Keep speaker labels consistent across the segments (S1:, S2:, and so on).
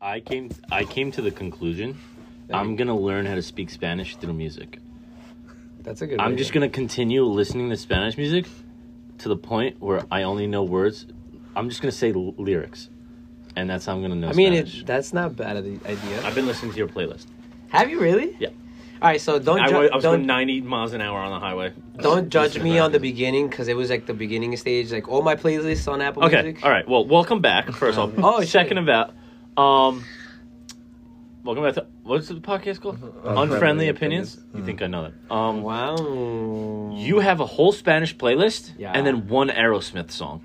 S1: I came I came to the conclusion I'm gonna learn how to speak Spanish through music.
S2: That's a good.
S1: I'm
S2: way
S1: just
S2: to-
S1: gonna continue listening to Spanish music to the point where I only know words. I'm just gonna say l- lyrics, and that's how I'm gonna know.
S2: I mean,
S1: Spanish.
S2: it, that's not bad of the idea.
S1: I've been listening to your playlist.
S2: Have you really?
S1: Yeah.
S2: All right, so don't
S1: I
S2: ju-
S1: was, I was
S2: don't
S1: going 90 miles an hour on the highway.
S2: Don't judge
S1: Listening
S2: me
S1: to
S2: on the
S1: that.
S2: beginning because it was like the beginning stage. Like all my playlists on Apple
S1: Okay,
S2: Music.
S1: all right. Well, welcome back. First off,
S2: Oh, shit.
S1: second about, um, welcome back to what's the podcast called? Unfriendly, opinions.
S2: Mm-hmm.
S1: You think I know that? Um,
S2: Wow.
S1: you have a whole Spanish playlist
S2: Yeah.
S1: and then one Aerosmith song.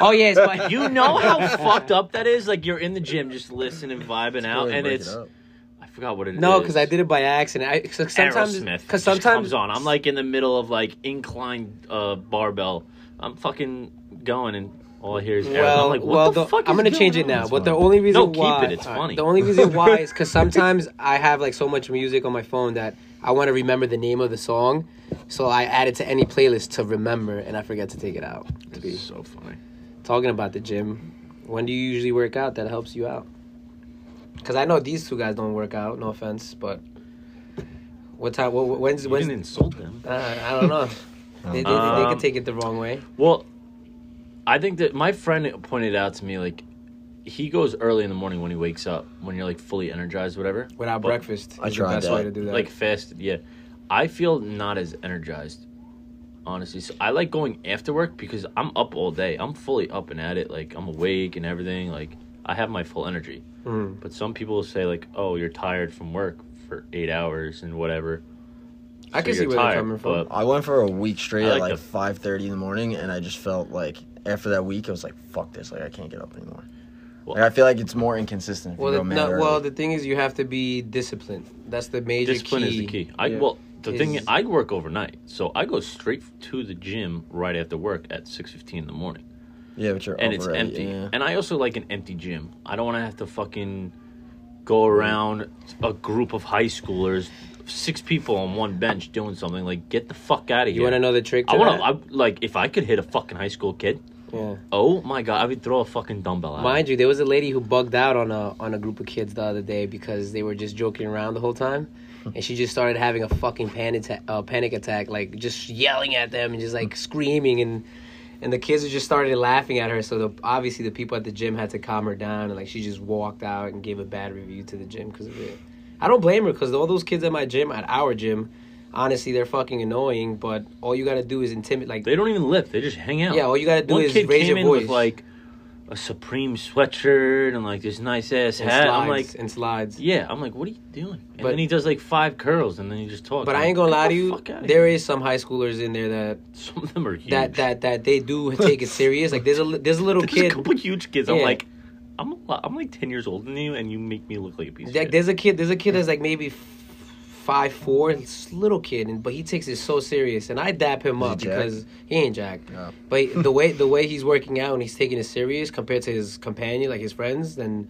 S2: Oh yeah, it's my,
S1: You know how fucked up that is? Like you're in the gym just listening, vibing out, and it's I forgot what it is.
S2: no, because I did it by accident. I, 'cause sometimes
S1: Aerosmith. just
S2: because sometimes
S1: comes on. I'm like in the middle of like inclined uh, barbell. I'm fucking going, and all I hear is Aerosmith.
S2: well,
S1: I'm like, what
S2: well,
S1: the,
S2: the-
S1: fuck?
S2: I'm
S1: is
S2: gonna
S1: going
S2: change it
S1: on?
S2: now.
S3: It's
S2: But the
S3: fine.
S2: only reason
S1: No, keep
S2: why
S1: it, it's
S2: all right,
S1: funny.
S2: The only reason why is because sometimes I have like so much music on my phone that I want to remember the name of the song, so I add it to any playlist to remember, and I forget to take it out. To be
S1: It's so funny.
S2: talking about the gym. When do you usually work out that helps you out? Because I know these two guys don't work out. No offense, but what time? What, when's
S1: You
S2: when's?
S1: didn't insult them.
S2: Uh, I don't know. they, they, they, they
S1: Um,
S2: could take it the wrong way.
S1: Well, I think that my friend pointed out to me like he goes early in the morning when he wakes up when you're like fully energized, whatever.
S2: Without
S1: but-
S2: breakfast,
S3: I
S2: is the
S3: tried
S2: best
S3: that.
S2: way to do that.
S1: like fasted. Yeah, I feel not as energized, honestly. So I like going after work because I'm up all day. I'm fully up and at it. Like I'm awake and everything. Like I have my full energy.
S2: Mm.
S1: But some people say like, "Oh, you're tired from work for eight hours and whatever."
S2: I
S1: So
S2: can see
S1: you're
S2: where
S1: tired,
S2: they're coming from.
S1: but-
S3: I went for a week straight
S1: I
S3: at
S1: like
S3: like
S1: the-
S3: five thirty in the morning, and I just felt like after that week, I was like, "Fuck this! Like I can't get up anymore."
S1: Well-
S3: like I feel like it's more inconsistent. If
S2: Well,
S3: you
S2: the,
S3: go
S2: no,
S3: mad
S2: well,
S3: early.
S2: the thing is, you have to be disciplined. That's the major
S1: Discipline
S2: key.
S1: is the key. I
S2: Yeah.
S1: well, the thing
S2: Is-
S1: I work overnight, so I go straight to the gym right after work at six fifteen in the morning,
S3: yeah, but you're
S1: and
S3: over
S1: it's
S3: it,
S1: empty.
S3: yeah.
S1: And I also like an empty gym. I don't want to have to fucking go around a group of high schoolers, six people on one bench doing something. Like, get the fuck out of
S2: You
S1: here.
S2: want to know the trick? To
S1: I want to like if I could hit a fucking high school kid.
S2: to. Yeah.
S1: Oh my god, I would throw a fucking dumbbell at. him.
S2: Mind you, there was a lady who bugged out on a on a group of kids the other day because they were just joking around the whole time,
S1: Hmm.
S2: and she just started having a fucking panic atta- uh, panic attack, like just yelling at them and just
S1: Hmm.
S2: like screaming and and the kids just started laughing at her. So the, obviously the people at the gym had to calm her down, and like she just walked out and gave a bad review to the gym because of it. I don't blame her because all those kids at my gym, at our gym, honestly they're fucking annoying. But all you gotta do is intimidate, like
S1: They don't even lift. They just hang out.
S2: Yeah, all you gotta do
S1: One
S2: is
S1: kid
S2: raise
S1: came
S2: your
S1: in
S2: voice.
S1: With, like a Supreme sweatshirt and like this nice ass
S2: and
S1: hat.
S2: slides
S1: I'm like,
S2: and slides.
S1: yeah. I'm like, what are you doing? And
S2: But-
S1: then he does like five curls and then he just talks.
S2: But
S1: I'm
S2: I ain't gonna
S1: like,
S2: lie to
S1: "Get the
S2: you.
S1: fuck outta
S2: There
S1: here."
S2: is some high schoolers in there that
S1: some of them are huge.
S2: that that that they do take it serious. Like there's a li- there's a little
S1: There's
S2: kid.
S1: a couple huge kids. I'm
S2: Yeah.
S1: like, I'm a lot, I'm like ten years older than you, and you make me look like a piece. of
S2: Like
S1: shit.
S2: there's a kid. There's a kid that's like maybe f- five four, it's a little kid, and but he takes it so serious. And I dap him
S3: Is he
S2: up
S3: Jack?
S2: because he ain't Jack.
S3: No.
S2: But the way the way he's working out and he's taking it serious compared to his companion, like his friends, then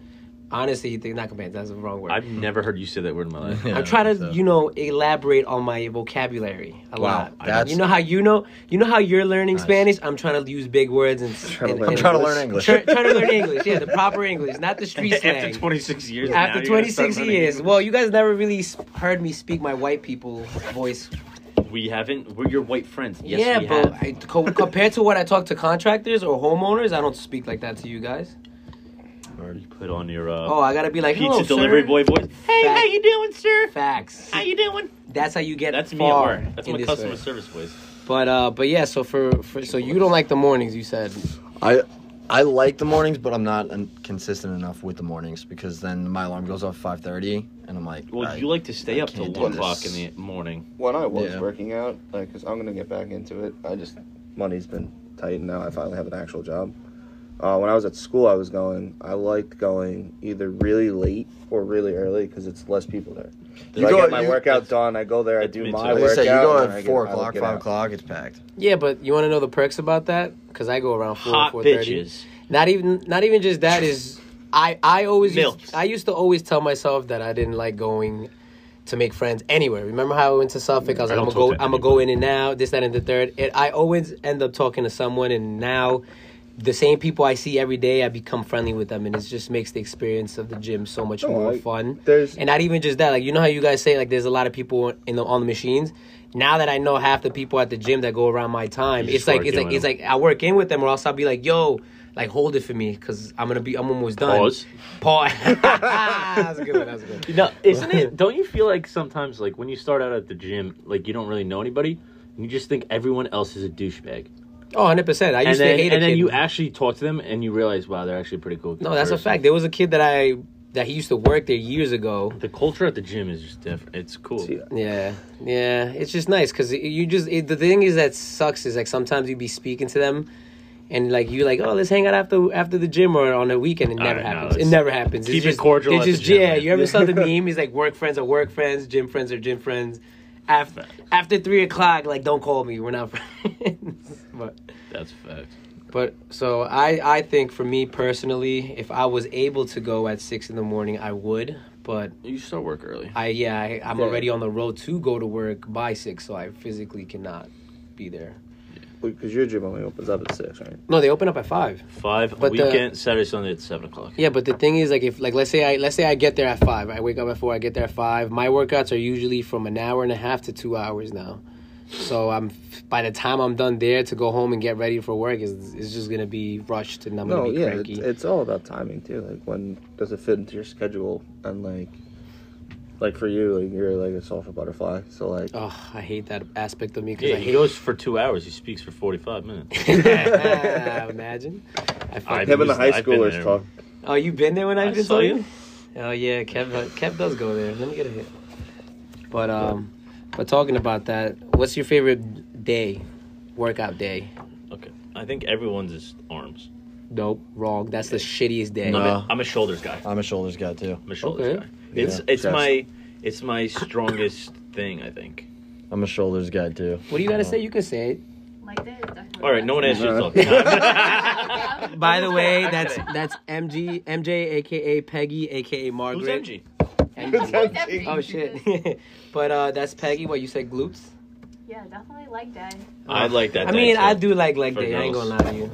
S2: honestly, they- not companion. That's the wrong word.
S1: I've never heard you say that word in my life.
S3: Yeah.
S2: I'm trying to,
S3: so-
S2: you know, elaborate on my vocabulary a
S3: Wow,
S2: lot.
S3: that's-
S2: you know how you know, you know how you're learning
S3: Nice.
S2: Spanish. I'm trying to use big words and.
S3: trying
S2: and-
S3: to learn
S2: and-
S3: I'm trying to learn English.
S2: Try- trying to learn English, yeah, the proper English, not the street
S1: After
S2: slang.
S1: 26 years. now,
S2: After
S1: you're gonna
S2: 26
S1: start learning
S2: years,
S1: English.
S2: well, you guys never really s- heard me speak my white people voice.
S1: we haven't. We're your white friends. Yes,
S2: yeah,
S1: we
S2: but
S1: have.
S2: I, co- compared to what I talk to contractors or homeowners, I don't speak like that to you guys.
S1: You put on your uh,
S2: Oh, I gotta be like
S1: pizza
S2: Hello,
S1: delivery
S2: sir."
S1: boy voice. Hey,
S2: Fact.
S1: how you doing, sir?
S2: Facts.
S1: How you doing?
S2: That's how you get.
S1: That's me at
S2: far
S1: work. That's
S2: in
S1: my
S2: this
S1: customer
S2: way.
S1: service voice.
S2: But uh, but yeah. So for, for so you don't like the mornings. You said
S3: I I like the mornings, but I'm not un- consistent enough with the mornings because then my alarm goes off five thirty, and I'm like,
S1: Well,
S3: I-
S1: you like to stay
S3: I
S1: up till
S3: can't do
S1: one o'clock in
S3: this.
S1: the morning.
S4: when I was
S3: Yeah.
S4: working out, like, cause I'm gonna get back into it. I just money's been tight, and now I finally have an actual job. Uh, when I was at school, I was going. I liked going either really late or really early because it's less people there. So
S3: You
S4: I
S3: go-
S4: get my
S3: you-
S4: workout
S1: that's-
S4: done. I go there. I
S1: that's
S4: do
S1: me
S4: my
S1: too.
S3: Like I
S4: workout.
S3: said, you go
S4: and I
S3: at
S4: get
S3: four
S4: out, I
S3: o'clock,
S4: get
S3: five
S4: out.
S3: o'clock, it's packed.
S2: yeah, but you want to know the perks about that? Because I go around four
S1: Hot
S2: four thirty.
S1: bitches.
S2: Not even not even just that is I I always
S1: Milfs.
S2: used, I used to always tell myself that I didn't like going to make friends anywhere. Remember how I went to Suffolk? I was
S1: I
S2: like, I'm
S1: don't
S2: gonna go,
S1: talk to
S2: I'm gonna go in and out, this, that, and the third. And I always end up talking to someone, and now the same people I see every day, I become friendly with them, and it just makes the experience of the gym so much
S4: No,
S2: more
S4: I-
S2: fun.
S4: there's-
S2: and not even just that, like you know how you guys say like there's a lot of people in the on the machines. Now that I know half the people at the gym that go around my time,
S1: You
S2: it's
S1: just
S2: like
S1: work
S2: it's
S1: in
S2: like
S1: with
S2: it's
S1: them.
S2: like I work in with them, or else I'll be like, yo. Like hold it for me, cause I'm gonna be I'm almost done.
S1: Pause.
S2: Pause. that's a good. One, that's a good. One.
S1: No, isn't it? Don't you feel like sometimes, like when you start out at the gym, like you don't really know anybody, and you just think everyone else is a douchebag,
S2: Oh, 100 percent. I
S1: and
S2: used
S1: then
S2: to hate it.
S1: and then you actually talk to them and you realize, wow, they're actually pretty cool.
S2: No, that's a
S1: person.
S2: fact. There was a kid that I that he used to work there years ago.
S1: The culture at the gym is just different. It's cool.
S4: See,
S2: Yeah, yeah. It's just nice because you just it, the thing is that sucks is like sometimes you be speaking to them, and like you like oh let's hang out after after the gym or on a weekend. It
S1: All
S2: never
S1: right, no,
S2: happens. it
S1: let's
S2: never happens.
S1: keep
S2: it's
S1: it
S2: just,
S1: cordial
S2: they're
S1: at the
S2: just-
S1: gym,
S2: yeah.
S1: man.
S2: You ever saw the meme? He's like work friends are work friends, gym friends are gym friends. After after three o'clock, like don't call me. We're not friends. but
S1: That's a fact.
S2: but so I I think for me personally, if I was able to go at six in the morning, I would. But
S1: You start work early.
S2: I yeah, I, I'm
S4: Yeah.
S2: already on the road to go to work by six, so I physically cannot be there.
S4: because your gym only opens up at six, right?
S2: No, they open up at five.
S1: Five
S2: But the-
S1: weekend Saturday Sunday at seven o'clock.
S2: Yeah, but the thing is, like, if like let's say I let's say I get there at five, I wake up at four, I get there at five. My workouts are usually from an hour and a half to two hours now, so I'm by the time I'm done there to go home and get ready for work is is just gonna be rushed and I'm
S4: No,
S2: gonna be
S4: yeah, it's,
S2: cranky.
S4: it's all about timing too. Like when does it fit into your schedule and like, like for you, like you're like a sulfur butterfly, so like
S2: Oh, I hate that aspect of me because
S1: Yeah,
S2: I
S1: he
S2: hate.
S1: goes for two hours. He speaks for forty-five minutes.
S2: Imagine. I fucking,
S4: him and the
S1: I've
S4: high
S1: been
S4: schoolers
S1: there.
S4: talk.
S2: oh, you been there when I've
S1: I
S2: been
S1: saw
S2: to
S1: you.
S2: Oh yeah, Kev. Kev does go there. Let me get a hit. But um, but talking about that, what's your favorite day, workout day?
S1: Okay, I think everyone's is arms.
S2: Nope, wrong. That's the shittiest day.
S1: I'm,
S3: No.
S1: a, I'm a shoulders guy.
S3: I'm a shoulders guy too.
S1: I'm a shoulders
S2: Okay.
S1: guy. It's
S4: Yeah,
S1: it's
S4: chest.
S1: my it's my strongest thing. I think.
S3: I'm a shoulders guy too. Um,
S2: What do you gotta say? You can say it.
S5: Like this. definitely.
S1: All right, no one answers.
S4: No.
S1: No.
S2: By the way,
S1: I
S2: that's
S1: said it.
S2: that's MG MJ, aka Peggy, aka
S1: Who's
S2: Margaret.
S1: MG?
S5: Definitely.
S2: Oh shit. but uh, that's Peggy. What you said, glutes?
S5: Yeah, definitely like that.
S1: I like that.
S2: I mean,
S1: day,
S2: I
S1: too.
S2: do like leg
S1: For
S2: day. I ain't
S1: girls.
S2: gonna lie to you.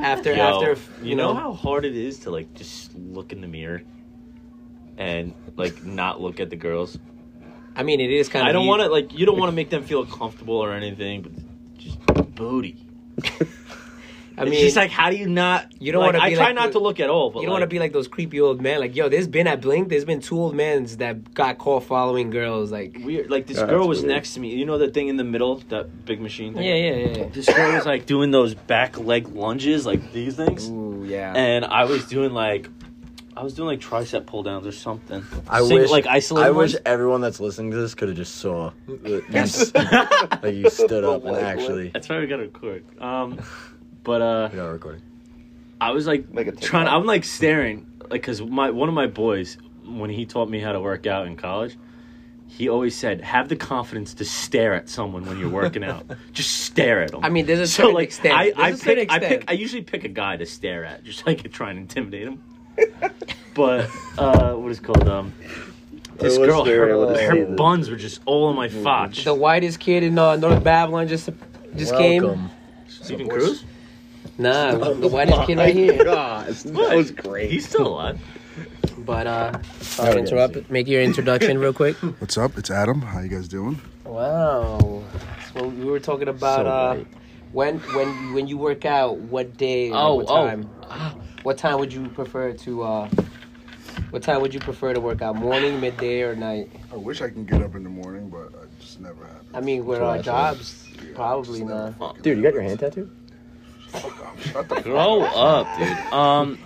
S2: After
S1: Yo,
S2: after
S1: you know, how hard it is to like just look in the mirror and like not look at the girls.
S2: I mean, it is kind of.
S1: I don't want to like you don't want to make them feel comfortable or anything, but just booty.
S2: I
S1: it's
S2: mean,
S1: just like how do you not?
S2: You don't
S1: like,
S2: wanna
S1: I
S2: be
S1: try
S2: like
S1: not
S2: the-
S1: to look at all, but
S2: you don't want to be like those creepy old men. Like, yo, there's been at Blink, there's been two old men that got caught following girls. Like,
S1: weird. Like this
S4: Yeah,
S1: girl
S4: that's
S1: was
S4: weird.
S1: next to me. You know the thing in the middle, that big machine.
S2: yeah,
S1: Thing?
S2: yeah, yeah.
S1: This girl was like doing those back leg lunges, like these things,
S2: Ooh, yeah.
S1: and I was doing like. I was doing like tricep pull downs or something.
S3: I
S1: Sing-
S3: wish
S1: like isolated.
S3: I wish
S1: ones.
S3: everyone that's listening to this could have just saw that you, s- that you stood up and
S4: Like,
S3: actually.
S1: That's why we got a record. Um, but uh,
S3: We are recording.
S1: I was like
S4: Make a TikTok.
S1: trying. I'm like staring, like because my one of my boys, when he taught me how to work out in college, he always said, "Have the confidence to stare at someone when you're working out. Just stare at them."
S2: I mean, there's a
S1: so
S2: certain
S1: like
S2: extent.
S1: I,
S2: There's
S1: I
S2: a certain
S1: pick, I
S2: extent.
S1: pick, I usually pick a guy to stare at, just like try and intimidate him. but uh, what is it called um. This
S4: wish
S1: girl,
S4: they were able
S1: her,
S4: to see
S1: her
S4: this. Mm-hmm.
S1: buns were just all in my fotch.
S2: The whitest kid in uh, North Babylon just just came.
S3: Welcome.
S1: Stephen Cruz?
S2: Nah, the whitest kid right here.
S4: Oh God, that was great.
S1: He's still alive.
S2: But uh,
S3: Sorry to
S2: interrupt. Make your introduction real quick.
S6: What's up? It's Adam. How you guys doing?
S2: Wow. So we were talking about
S3: So
S2: uh,
S3: right.
S2: when when when you work out, what day? like,
S1: Oh,
S2: what
S1: oh.
S2: time? What time would you prefer to? Uh, what time would you prefer to work out? Morning, midday, or night?
S6: I wish I can get up in the morning, but it just never happens.
S2: I mean, with our
S3: Actually,
S2: jobs,
S6: Yeah,
S2: probably
S6: just never
S2: not.
S6: fucking
S3: Dude, you got your hand
S6: happens.
S3: tattooed?
S6: Shut the fuck
S1: Grow
S6: up.
S1: up, dude. Um,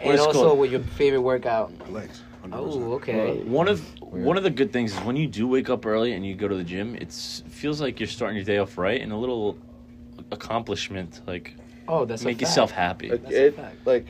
S2: And
S1: it's
S2: also
S1: called-
S2: with your favorite workout.
S6: My legs. 100%.
S2: Oh, okay.
S1: one of one of the good things is when you do wake up early and you go to the gym, it's it feels like you're starting your day off right and a little accomplishment like
S2: Oh, that's
S1: make
S2: a fact.
S1: yourself happy.
S4: Like
S2: That's a
S4: it,
S2: fact.
S4: like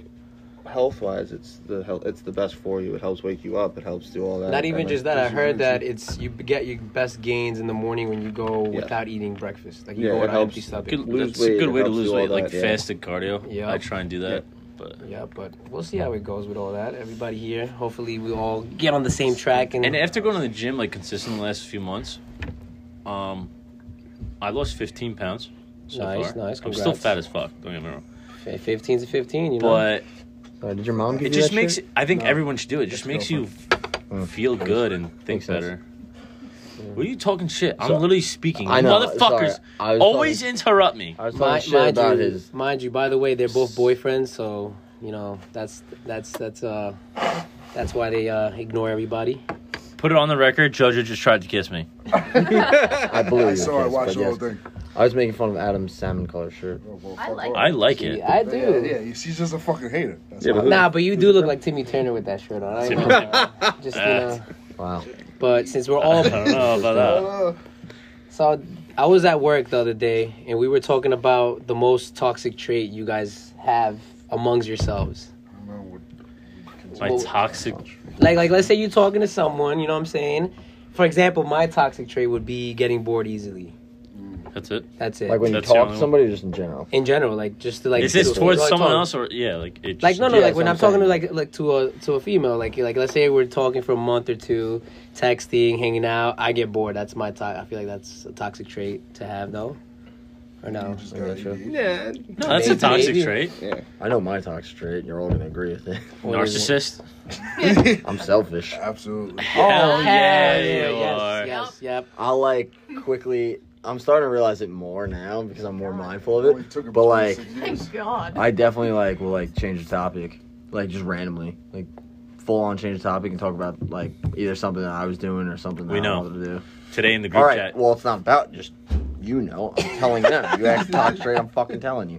S4: health wise, it's the health, it's the best for you. It helps wake you up. It helps do all that.
S2: Not even
S4: And,
S2: just
S4: like,
S2: that. I heard that it's you get your best gains in the morning when you go
S4: Yeah.
S2: without eating breakfast. Like you
S4: Yeah,
S2: go
S4: it
S2: on an empty
S4: helps.
S2: stomach.
S1: Good,
S4: lose
S1: that's a
S4: weight,
S1: good
S4: it
S1: way to
S4: helps
S1: lose
S4: you all
S1: weight, like
S4: that, yeah.
S1: fasted cardio.
S2: Yeah.
S1: I try and do that, but
S2: Yeah, but we'll see how it goes with all that. Everybody here, hopefully, we all get on the same track. And,
S1: and after going to the gym like consistent the last few months, um, I lost 15 pounds. So
S2: Nice,
S1: far.
S2: nice,
S1: I'm still
S2: congrats.
S1: fat as fuck. Don't get me wrong.
S2: Fi- 15's a 15, you know.
S1: But
S3: Uh, did your mom give
S1: it
S3: you
S1: just
S3: that
S1: makes.
S3: shit?
S1: I think everyone should do it. It just makes you
S3: Mm.
S1: feel good and think
S3: Makes sense.
S1: better. What are you talking shit? I'm
S3: So-
S1: literally speaking.
S3: I
S1: You
S3: know,
S1: Motherfuckers
S3: sorry. I was
S1: always
S3: talking-
S1: interrupt me.
S3: I was talking
S2: mind,
S3: shit
S2: mind
S3: about
S2: you,
S3: his.
S2: mind you, by the way, they're both boyfriends, so you know that's that's that's uh that's why they uh ignore everybody.
S1: Put it on the record. JoJo just tried to kiss me.
S3: I believe
S6: I
S3: you,
S6: saw. I
S3: yes,
S6: watched
S3: but
S6: the whole
S3: yes.
S6: thing.
S3: I was making fun of Adam's salmon colored shirt.
S6: Oh, well,
S5: I
S6: fuck
S5: like
S6: off.
S1: I like it.
S2: Yeah, I do.
S6: Yeah, yeah, you- she's just a fucking hater. That's
S1: Yeah,
S6: yeah,
S1: but who-
S2: Nah, but you do look like Timmy Turner with that shirt on. I ain't gonna- just you know.
S3: Wow.
S2: But since we're all
S1: I don't know about that.
S2: so, I was at work the other day, and we were talking about the most toxic trait you guys have amongst yourselves.
S6: Uh, I don't know what-
S1: My toxic.
S2: Like, like let's say you're talking to someone, you know what I'm saying? For example, my toxic trait would be getting bored easily.
S1: That's it.
S2: That's it.
S3: Like when
S1: That's the
S3: you
S1: only
S3: talk to
S1: one.
S3: somebody, or just in general.
S2: in general, like just to like.
S1: Is this
S2: to-
S1: towards
S2: like,
S1: someone
S2: talk-
S1: else or yeah? Like it just,
S2: Like no, no.
S3: Yeah,
S2: like when I'm
S3: that's
S2: talking
S3: what
S2: to
S3: I'm
S2: like like to a to a female, like like let's say we're talking for a month or two, texting, hanging out. I get bored. That's my to- I feel like that's a toxic trait to have, though. Or no?
S6: You just
S3: I
S6: got
S3: got you.
S6: ADHD.
S4: Yeah,
S1: No, that's a
S2: Maybe,
S1: toxic
S2: maybe.
S1: trait.
S3: I know my talk straight. You're all gonna agree with it.
S2: What is it? Oh,
S1: Narcissist.
S3: I'm selfish.
S6: Absolutely.
S1: Hell yeah, you
S2: yes,
S1: are.
S2: Yes, yep.
S3: I like quickly. I'm starting to realize it more now because I'm more mindful of
S6: Only
S3: it.
S6: took him
S3: But like,
S6: 26 years.
S5: Thank God.
S3: I definitely like will like change the topic, like just randomly, like full on change the topic and talk about like either something that I was doing or something that
S1: We
S3: I
S1: know.
S3: wanted to do.
S1: Today in the
S3: All
S1: group
S3: right.
S1: chat.
S3: Well, it's not about just you know. I'm telling them. You ask talk straight. I'm fucking telling you.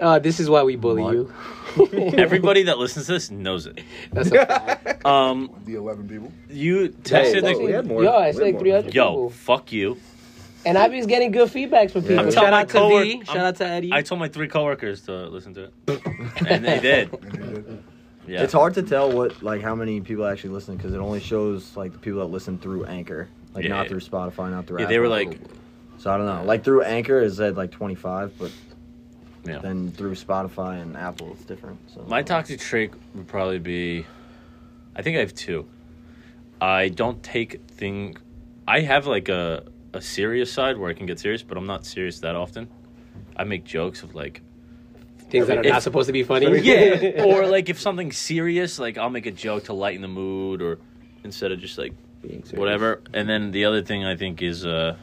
S2: Uh, this is why we bully
S3: Mark.
S2: you.
S1: Everybody that listens to this knows it.
S2: That's a fact.
S1: Um,
S6: The 11 people.
S1: you
S3: Hey,
S1: texted
S3: whoa,
S1: the
S3: we had more.
S2: Yo, it's
S3: Way
S2: like
S3: more.
S2: 300
S1: yo.
S2: people.
S1: Fuck you.
S2: And I've been getting good feedback from people.
S3: I'm
S2: Shout
S1: telling my
S2: out to
S1: cowork-
S2: V.
S1: I'm-
S2: Shout out to Eddie.
S1: I told my three coworkers to listen to it, and they did.
S6: And they did.
S1: Yeah.
S3: It's hard to tell what like how many people actually listen because it only shows like the people that listen through Anchor, like
S1: Yeah.
S3: not through Spotify, not through.
S1: Yeah, they were
S3: Apple.
S1: like,
S3: So I don't know. Like through Anchor is at like 25, but
S1: Yeah.
S3: then through Spotify and Apple it's different. So
S1: my toxic trait would probably be, I think I have two. I don't take thing. I have like a a serious side where I can get serious, but I'm not serious that often. I make jokes of like
S2: Things that are
S1: If-
S2: not supposed to be funny.
S1: yeah or like if something's serious like i'll make a joke to lighten the mood or instead of just like
S3: being serious.
S1: whatever and then the other thing i think is uh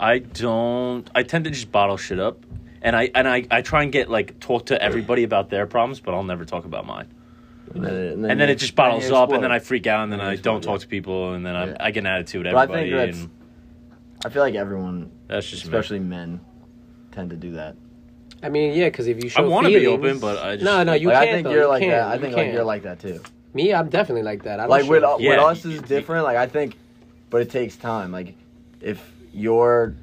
S1: i don't i tend to just bottle shit up and i and i, I try and get like talk to everybody about their problems but i'll never talk about mine
S3: and then, and
S1: and then
S3: you-
S1: it just bottles
S3: you
S1: up and
S3: explode.
S1: then i freak out and then
S3: And you
S1: i don't
S3: explode,
S1: talk to people and then i
S3: Yeah.
S1: i get an attitude at
S3: But I think
S1: everybody
S3: that's-
S1: and
S3: I feel like everyone,
S1: that's just me.
S3: especially men, tend to do that.
S2: I mean, yeah, because if you show
S1: wanna
S2: want
S1: be
S2: to
S1: open, but I just-
S2: no, no, you
S3: Like,
S2: can't.
S3: I think
S2: though.
S3: you're
S2: You
S3: like
S2: can't.
S3: that. I
S2: You
S3: think
S2: can't.
S3: like you're like that too.
S2: me. I'm definitely like that. I'm
S3: like
S2: sure.
S3: with uh, with
S1: Yeah,
S3: us
S1: you-
S3: is
S1: you-
S3: different. Like I think, but it takes time. Like if you're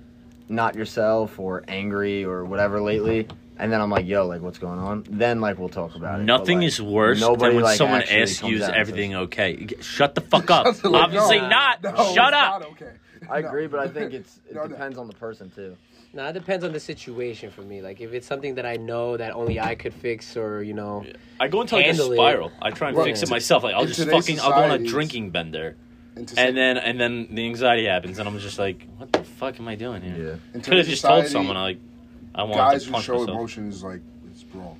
S3: not yourself or angry or whatever lately, and then I'm like, yo, like what's going on? Then like we'll talk about it. But,
S1: Nothing
S3: like,
S1: is worse
S3: nobody,
S1: than when
S3: like,
S1: someone
S3: actually
S1: asks you
S3: comes
S1: is
S3: out and
S1: everything
S3: says-
S1: okay. G- Shut the fuck up.
S6: Shut the- no,
S1: Obviously
S2: no,
S1: not.
S6: No, it's
S1: Shut
S6: not
S1: up.
S6: okay.
S3: I
S6: No.
S3: agree, but I think it's it
S6: No, no.
S3: depends on the person too.
S2: Nah, it depends on the situation for me. Like if it's something that I know that only I could fix, or you know,
S1: I go into like a
S2: Handle it.
S1: spiral. I try and
S6: Right.
S1: fix it myself. Like I'll
S6: In
S1: just
S6: today's
S1: fucking. I'll go on a
S6: society, it's-
S1: drinking bender,
S6: And, to
S1: and
S6: say-
S1: then and then the anxiety happens, and I'm just like, what the fuck am I doing here?
S6: in
S1: Could have
S6: today's
S1: just told
S6: society,
S1: someone. I like, I want
S6: guys
S1: to
S6: who
S1: punch
S6: show
S1: myself.
S6: emotion is like it's wrong.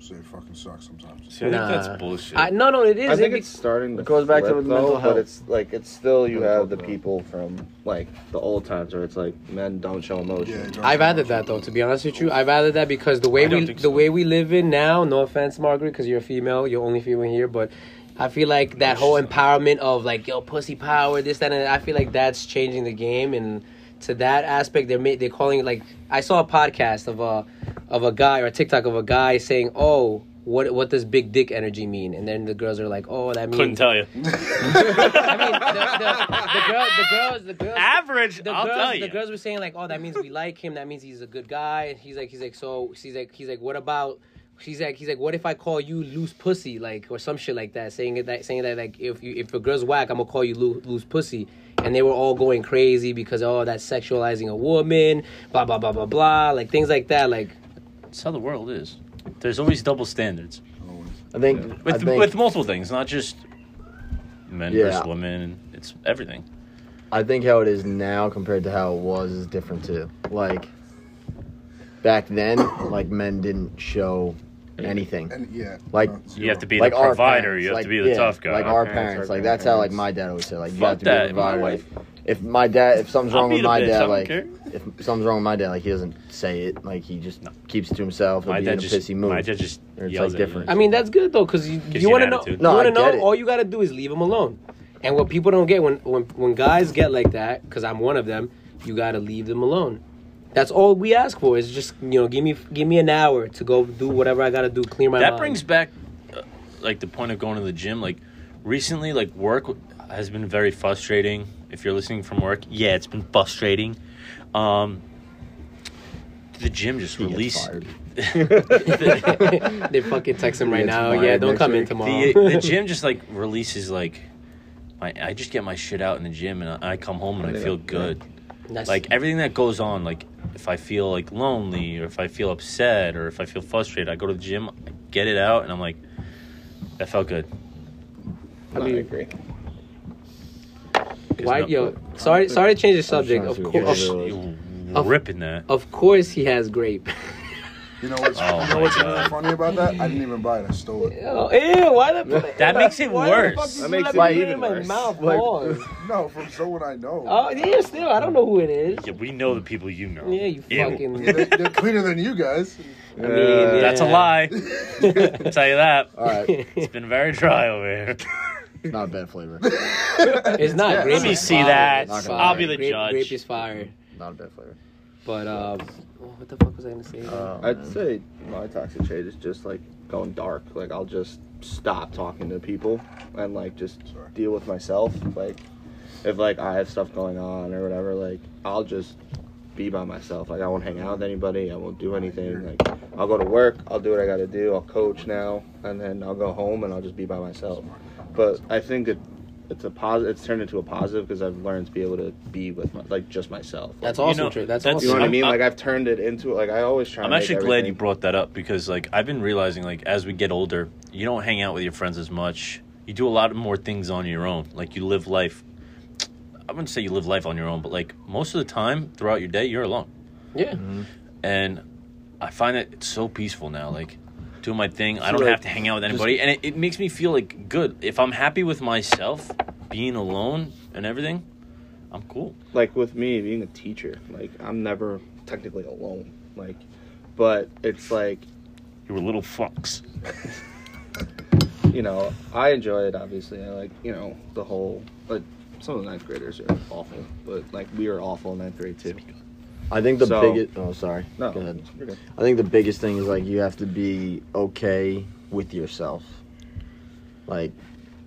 S6: So it fucking sucks sometimes.
S1: See, I
S2: Nah.
S1: think that's bullshit.
S2: I, no, no, it is.
S4: I think
S2: It-
S4: it's starting to
S3: It goes back to
S4: flip,
S3: with mental
S4: though,
S3: health.
S4: But it's like it's still you
S3: Mental
S4: have the
S3: health.
S4: people from like the old times where it's like men don't show emotion.
S6: Yeah, don't
S2: I've
S6: show
S2: added
S6: emotion.
S2: that though. To be honest with you, I've added that because the way
S1: I don't
S2: we
S1: think
S2: the
S1: so.
S2: way we live in now. No offense, Margaret, because you're a female. You're only female here, but I feel like that whole empowerment of like yo pussy power, this that, and that, I feel like that's changing the game. And to that aspect, they're ma- they're calling it like I saw a podcast of a of a guy or a TikTok of a guy saying, oh. What, what does big dick energy mean? And then the girls are like, oh, that means.
S1: Couldn't tell you.
S2: I mean, the, the, the, girl, the girls, the girls,
S1: Average.
S2: the
S1: I'll
S2: girls,
S1: tell
S2: the
S1: you.
S2: girls were saying like, "Oh, that means we like him. That means he's a good guy." And he's like, he's like, so she's like, he's like, what about? She's like, he's like, what if I call you loose pussy, like, or some shit like that, saying it that, saying that like, if you if a girl's whack, I'm gonna call you loo- loose pussy, and they were all going crazy because oh, that's sexualizing a woman, blah blah blah blah blah, like things like that, like.
S1: That's how the world is. There's always double standards
S6: Always.
S3: I think I
S1: with
S3: think,
S1: with multiple things, not just men
S3: Yeah.
S1: versus women. It's everything.
S3: I think how it is now compared to how it was is different too. Like back then, like men didn't show anything.
S6: And yeah,
S3: Like-
S6: no,
S1: You have to
S6: zero.
S1: be
S3: like
S1: the
S3: our
S1: provider.
S3: parents,
S1: you have
S3: like,
S1: to be the
S3: yeah,
S1: tough guy.
S3: Like
S1: Our
S3: our
S1: parents,
S3: parents,
S4: our
S3: like that's how like
S4: parents.
S3: my dad always said, like you
S1: Fuck
S3: have to
S1: that,
S3: be the
S1: my
S3: provider.
S1: wife-
S3: Like, if my dad, if something's
S1: I'll
S3: wrong
S1: be
S3: with
S1: the
S3: my
S1: bitch, I
S3: dad,
S1: don't
S3: like
S1: care.
S3: if something's wrong with my dad, like he doesn't say it. Like he just keeps it to himself. He'll
S1: my
S3: be in
S1: dad
S3: a
S1: just
S3: pissy mood.
S1: my dad just
S3: Or it's,
S1: yells at
S3: like,
S1: you.
S3: different.
S2: I mean, that's good though, because you,
S1: Gives
S2: you
S1: you
S2: want to
S1: an
S2: know.
S1: attitude.
S2: you
S3: No,
S2: want to
S3: I get
S2: know.
S3: it.
S2: All you got to do is leave them alone. And what people don't get when when when guys get like that, because I'm one of them, you got to leave them alone. That's all we ask for is just you know give me give me an hour to go do whatever I got to do, clear my
S1: that
S2: mind.
S1: brings back uh, like the point of going to the gym like recently like work has been very frustrating if you're listening from work yeah it's been frustrating um the gym just
S3: He gets
S1: released
S3: fired.
S1: the,
S2: they fucking text him right
S3: Yeah,
S2: now.
S3: tomorrow,
S2: Yeah, don't
S3: next
S2: come in
S3: week.
S2: tomorrow.
S1: the, the gym just like releases like my I just get my shit out in the gym and I, I come home and I feel good
S2: That's-
S1: like everything that goes on like if i feel like lonely or if i feel upset or if i feel frustrated i go to the gym I get it out and i'm like that felt good
S4: I agree.
S1: 'Cause
S2: why
S1: no-
S2: yo? Sorry, sorry to change the
S3: I'm just
S2: subject. Of
S3: trying to see what
S2: course,
S3: it
S2: of,
S3: is.
S1: you
S2: Of-
S1: ripping that
S2: of course, he has grape.
S6: You know what's,
S1: Oh
S6: you
S1: my
S6: know what's
S1: God.
S6: really funny about that? I didn't even buy it. I stole it.
S2: Oh, ew, why the,
S1: That makes it
S2: why the
S1: worse.
S2: fuck did
S4: That
S2: you
S4: makes
S2: let
S4: it
S2: me put
S4: even
S2: in my
S4: worse.
S2: mouth?
S3: Like-
S2: Pause.
S6: No, from someone I know.
S2: Oh, yeah, still, I don't know who it is.
S1: yeah, we know the people you know
S2: Yeah, you
S1: Ew.
S2: fucking.
S6: Yeah, they, they're cleaner than you guys.
S2: I mean, yeah.
S1: that's a lie i'll tell you that
S3: All right,
S1: it's been very dry over here
S3: it's not a bad flavor.
S2: It's not. grape
S1: let me
S2: is
S1: see
S2: fire.
S1: that
S2: It's
S3: Not gonna
S2: fire.
S1: i'll be the
S2: grape, Grape
S1: judge
S2: is fire,
S3: Not a bad flavor.
S2: but um, oh, what the fuck was I gonna say?
S1: Uh,
S3: Oh,
S4: I'd
S3: man.
S4: say my toxic trait is just like going dark. Like I'll just stop talking to people and like just
S6: Sure.
S4: deal with myself. Like if like I have stuff going on or whatever, like I'll just be by myself. Like I won't hang out with anybody. I won't do anything. Like I'll go to work. I'll do what I got to do. I'll coach now, and then I'll go home and I'll just be by myself. But I think it it's a positive. It's turned into a positive because I've learned to be able to be with my, like just myself.
S2: that's
S1: you
S2: awesome.
S1: know,
S2: Trey. That's,
S1: that's-
S4: You know what
S2: awesome.
S4: I mean?
S1: I'm-
S4: like I've turned it into like I always try.
S1: i'm
S4: to make
S1: actually glad you
S4: everything-
S1: brought that up because like i've been realizing like as we get older you don't hang out with your friends as much you do a lot of more things on your own like you live life i wouldn't say you live life on your own but like most of the time throughout your day you're alone
S2: Yeah,
S1: and I find that it's so peaceful now. Like doing my thing, I don't
S3: like,
S1: have to hang out with anybody, and it, it makes me feel like good. If I'm happy with myself, being alone and everything, I'm cool.
S4: like with me being a teacher, like I'm never technically alone. Like, but it's like
S1: You were little fucks.
S4: you know I enjoy it. Obviously, I like you know the whole like some of the ninth graders are awful, but like we are awful in ninth grade too.
S3: I think the
S4: So-
S3: biggest. Oh, sorry.
S4: No,
S3: Go ahead.
S4: you're good.
S3: I think the biggest thing is like you have to be okay with yourself. Like,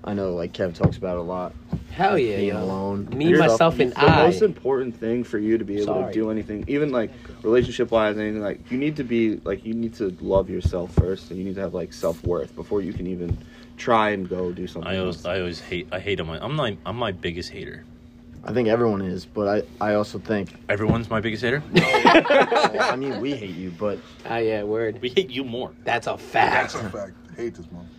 S3: I know like Kev talks about it a lot.
S2: hell yeah,
S3: being
S2: yo.
S3: alone.
S2: Me,
S3: Yourself-
S2: myself, and
S4: the
S2: I.
S4: most important thing for you to be able
S2: Sorry.
S4: to do anything, even like relationship wise, anything like you need to be like you need to love yourself first, and you need to have like self worth before you can even try and go do something.
S1: I always,
S4: else.
S1: I always hate. I hate on my. I'm not. I'm my biggest hater.
S3: I think everyone is, but I I also think.
S1: Everyone's my biggest hater.
S3: I mean, we hate you, but
S2: Ah, yeah, word.
S1: We hate you more.
S2: That's a
S6: That's
S2: fact.
S6: a fact. I hate this month.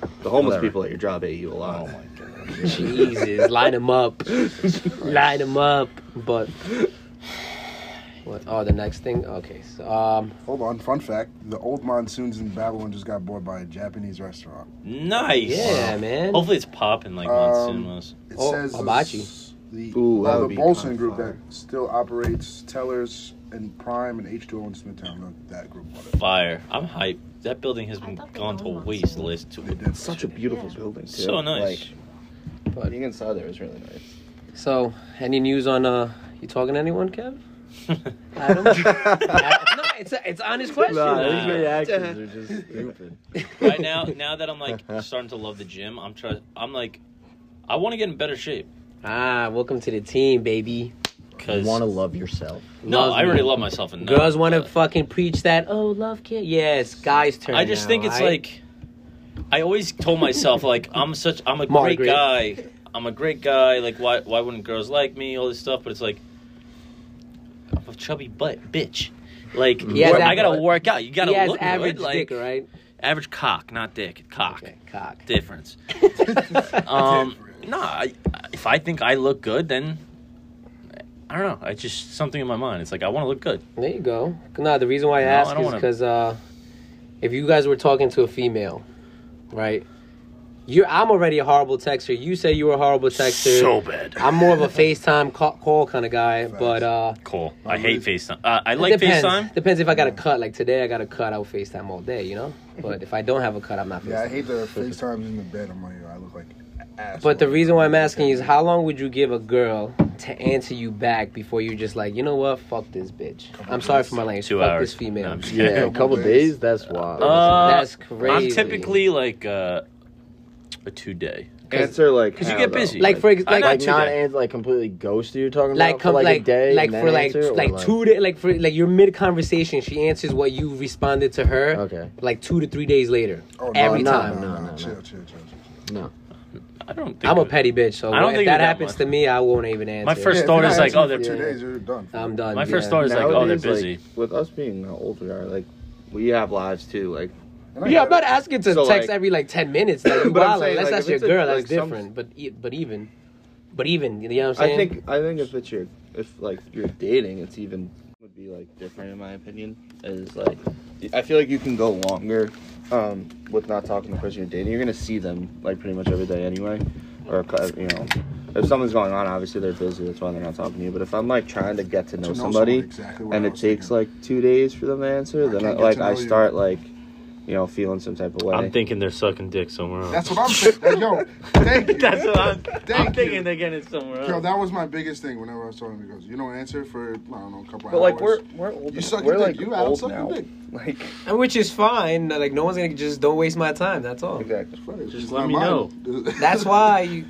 S3: eh,
S4: The homeless
S3: Whatever.
S4: people at your job hate you a lot. Oh my god.
S2: Jesus, line them up, line them up. But what? Oh, the next thing. Okay, so um,
S6: Hold on. Fun fact: the old monsoons in Babylon just got bought by a Japanese restaurant.
S1: Nice.
S2: yeah, man.
S1: Hopefully it's popping like
S6: Um,
S1: monsoon was.
S6: It
S2: Oh,
S6: says
S2: hibachi.
S6: s- the
S4: Ooh, that
S6: well,
S4: would
S6: the
S4: be
S6: Bolson
S4: kinda
S6: group
S4: fire.
S6: that still operates Tellers and Prime and H2O in Smithtown. That- That group bought it.
S1: Fire. I'm hyped. That building has
S5: I
S1: been
S5: thought they
S1: gone to
S5: owned
S1: waste the
S5: Monsoon.
S1: last two.
S6: They did.
S4: It's such a beautiful
S5: Yeah.
S4: building too.
S1: So nice.
S4: Like, being inside there is really nice.
S2: So, any news on uh you talking to anyone, Kev? Adam? I- no, it's a, it's honest question.
S1: these
S3: reactions are just stupid.
S1: right now now that I'm like starting to love the gym, I'm trying I'm like I want to get in better shape
S2: ah, welcome to the team, baby.
S1: cuz
S3: You want to love yourself.
S1: No,
S2: Love
S1: I
S2: me.
S1: already love myself enough.
S2: Girls want to
S1: but
S2: fucking preach that. Oh, love kid. Yes, guys turn.
S1: I just
S2: now,
S1: think it's
S2: right?
S1: like I always told myself like I'm such I'm a
S2: Margaret.
S1: great guy. I'm a great guy. Like why why wouldn't girls like me? All this stuff, but it's like I'm a chubby butt bitch. Like
S2: He has
S1: wor- I gotta
S2: average-
S1: work out. You gotta
S2: he has
S1: look
S2: average
S1: good. Like
S2: dick, right?
S1: average cock, not dick, cock.
S2: Okay, cock.
S1: difference. um, nah, I, if I think I look good, then I don't know. I just something in my mind. It's like I want to look good.
S2: There you go. No, the reason why I
S1: No, I
S2: ask
S1: don't
S2: is
S1: wanna-
S2: because uh, if you guys were talking to a female, right? You're I'm already a horrible texter. You say you were a horrible texter.
S1: bad.
S2: I'm more of a FaceTime call, call kind of guy, but uh,
S1: Cool. I hate FaceTime. Uh, I like
S2: depends.
S1: FaceTime.
S2: Depends if I got a cut. Like today, I got a cut. I'll FaceTime all day, you know. But if I don't have a cut, I'm not. FaceTime.
S6: Yeah, I hate the FaceTimes in the bed. I'm like, yo, I look like a- ass.
S2: But the reason why I'm asking you is how long would you give a girl to answer you back before you're just like, you know what, fuck this bitch. I'm sorry for my language.
S1: Two
S2: fuck
S1: hours.
S2: this female.
S1: No, I'm just
S3: Yeah, a couple days. That's wild.
S1: Uh,
S2: That's crazy.
S1: I'm typically like uh, a two day.
S4: Answer like
S1: 'Cause you
S4: how,
S1: get
S4: though?
S1: busy.
S2: like for ex-
S1: I
S2: like
S1: know
S3: like
S1: two
S3: not
S1: day.
S3: ans- like completely ghost you talking
S2: like
S3: about
S2: come
S3: for like,
S2: like
S3: a day,
S2: like
S3: and
S2: for
S3: then
S2: like
S3: answer, or,
S2: like, two day like for like your mid conversation she answers what you responded to her
S3: Okay.
S2: like two to three days later
S6: Oh, no,
S2: every
S6: no,
S2: time
S6: No, no,
S3: no,
S6: no,
S3: no.
S6: Chill, chill, chill. chill.
S3: No,
S1: I don't. Think
S2: I'm a
S1: of it.
S2: petty bitch so
S1: I don't
S2: if
S1: think
S2: that
S1: that
S2: happens
S1: much.
S2: to me I won't even answer
S1: My first
S6: Yeah, if
S1: thought
S6: you're
S1: is
S6: not
S1: like, oh,
S6: answering
S1: they're.
S6: for two days. You're done.
S2: I'm done
S1: My first
S2: yeah.
S1: thought is like, oh, they're
S4: Nowadays,
S1: busy.
S4: like, with us being how old we are, like we have lives too. Like
S6: And I
S2: yeah, I'm
S6: get
S2: not
S6: it.
S2: asking to
S4: So,
S2: text
S4: like-
S2: every like ten minutes. Like, you
S4: But I'm
S2: wild,
S4: saying,
S2: unless
S4: like,
S2: that's
S4: if
S2: your
S4: it's a-
S2: girl, that's
S4: like, some-
S2: different. But e- but even, but even, you know what I'm
S4: I
S2: saying?
S4: think I think if it's your if like you're dating, it's even would be like different in my opinion. Is like I feel like you can go longer um, with not talking to the person you're dating. You're gonna see them like pretty much every day anyway, or uh, you know. If something's going on, obviously they're busy. That's why they're not talking to you. But if I'm like trying to get to know,
S6: know someone,
S4: somebody,
S6: exactly what
S4: and
S6: I
S4: it
S6: was
S4: takes
S6: thinking.
S4: like two days for them to answer,
S6: I
S4: then I,
S6: can't get
S4: like
S6: to
S4: I
S6: know you.
S4: start like, you know, feeling some type of way.
S1: I'm thinking they're sucking dick somewhere else.
S6: That's what I'm saying. Yo, thank you.
S1: That's what I'm,
S6: Thank
S1: I'm thinking.
S6: you.
S1: They're getting it somewhere else.
S6: Yo, that was my biggest thing whenever I was talking to girls. You don't answer for I don't know a couple
S4: but like
S6: hours.
S4: we're we're old.
S6: you suck
S4: we're
S6: your
S4: like
S6: dick. You out
S4: old
S6: sucking
S4: now.
S6: dick.
S4: Like
S2: And which is fine. Like no one's gonna just don't waste my time. That's all.
S4: exactly.
S6: Right, it's
S1: let
S6: not
S1: me
S6: mine.
S2: That's why you.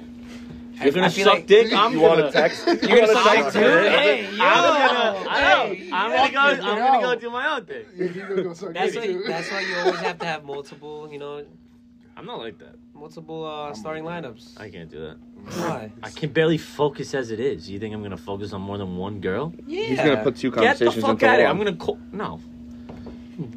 S1: You're gonna
S2: I feel
S1: suck
S2: like-
S1: dick. I'm
S4: you
S1: gonna
S4: want to text? You
S2: You're gonna
S4: wanna
S2: suck
S4: text
S2: too?
S4: her?
S2: Hey, yo,
S1: I'm gonna, I
S2: hey,
S1: know. I'm gonna go. I'm
S6: yo.
S1: gonna go do my own thing.
S6: If you gonna go suck
S2: That's
S6: dick,
S2: why.
S6: too.
S2: That's why you always have to have multiple. You know,
S1: I'm not like that.
S2: multiple uh, starting lineups.
S1: I can't do that.
S2: Why?
S1: I can barely focus as it is. You think I'm gonna focus on more than one girl?
S2: Yeah.
S4: He's gonna put two
S1: Get the
S4: conversations
S1: fuck
S4: into
S1: out of here.
S4: one.
S1: I'm gonna call. No.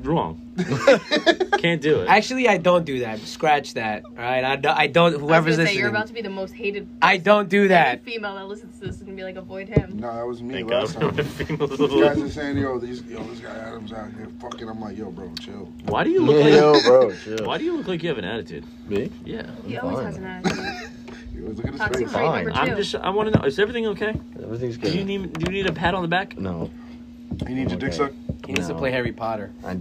S1: Wrong. Can't do it.
S2: Actually, I don't do that. Scratch that. All right. I don't. I don't
S5: I was
S2: whoever's
S5: gonna say, you're
S2: listening.
S5: about to be the most hated
S2: I don't do that.
S5: female that listens to this and be like, avoid him.
S6: No, that was me
S1: Thank
S6: last
S1: God.
S6: time.
S1: Females
S6: You guys
S1: alone.
S6: are saying, yo, these, yo, this guy Adam's out here fucking. I'm like, yo, bro, chill.
S1: Why do you look like?
S3: yo, bro, chill.
S1: Why do you look like you have an attitude?
S3: Me?
S1: Yeah.
S5: He always
S3: fine.
S5: has an attitude.
S6: Yo, look at his
S5: Toxic trait
S6: face.
S3: fine.
S5: number two.
S1: I'm just. I want to know. Is everything okay?
S3: Everything's
S1: Do
S3: good.
S1: you need? Do you need a pat on the back?
S3: no,
S6: He needs your dick
S3: Okay.
S6: sucked.
S2: He needs to
S3: No.
S2: play Harry Potter.
S3: I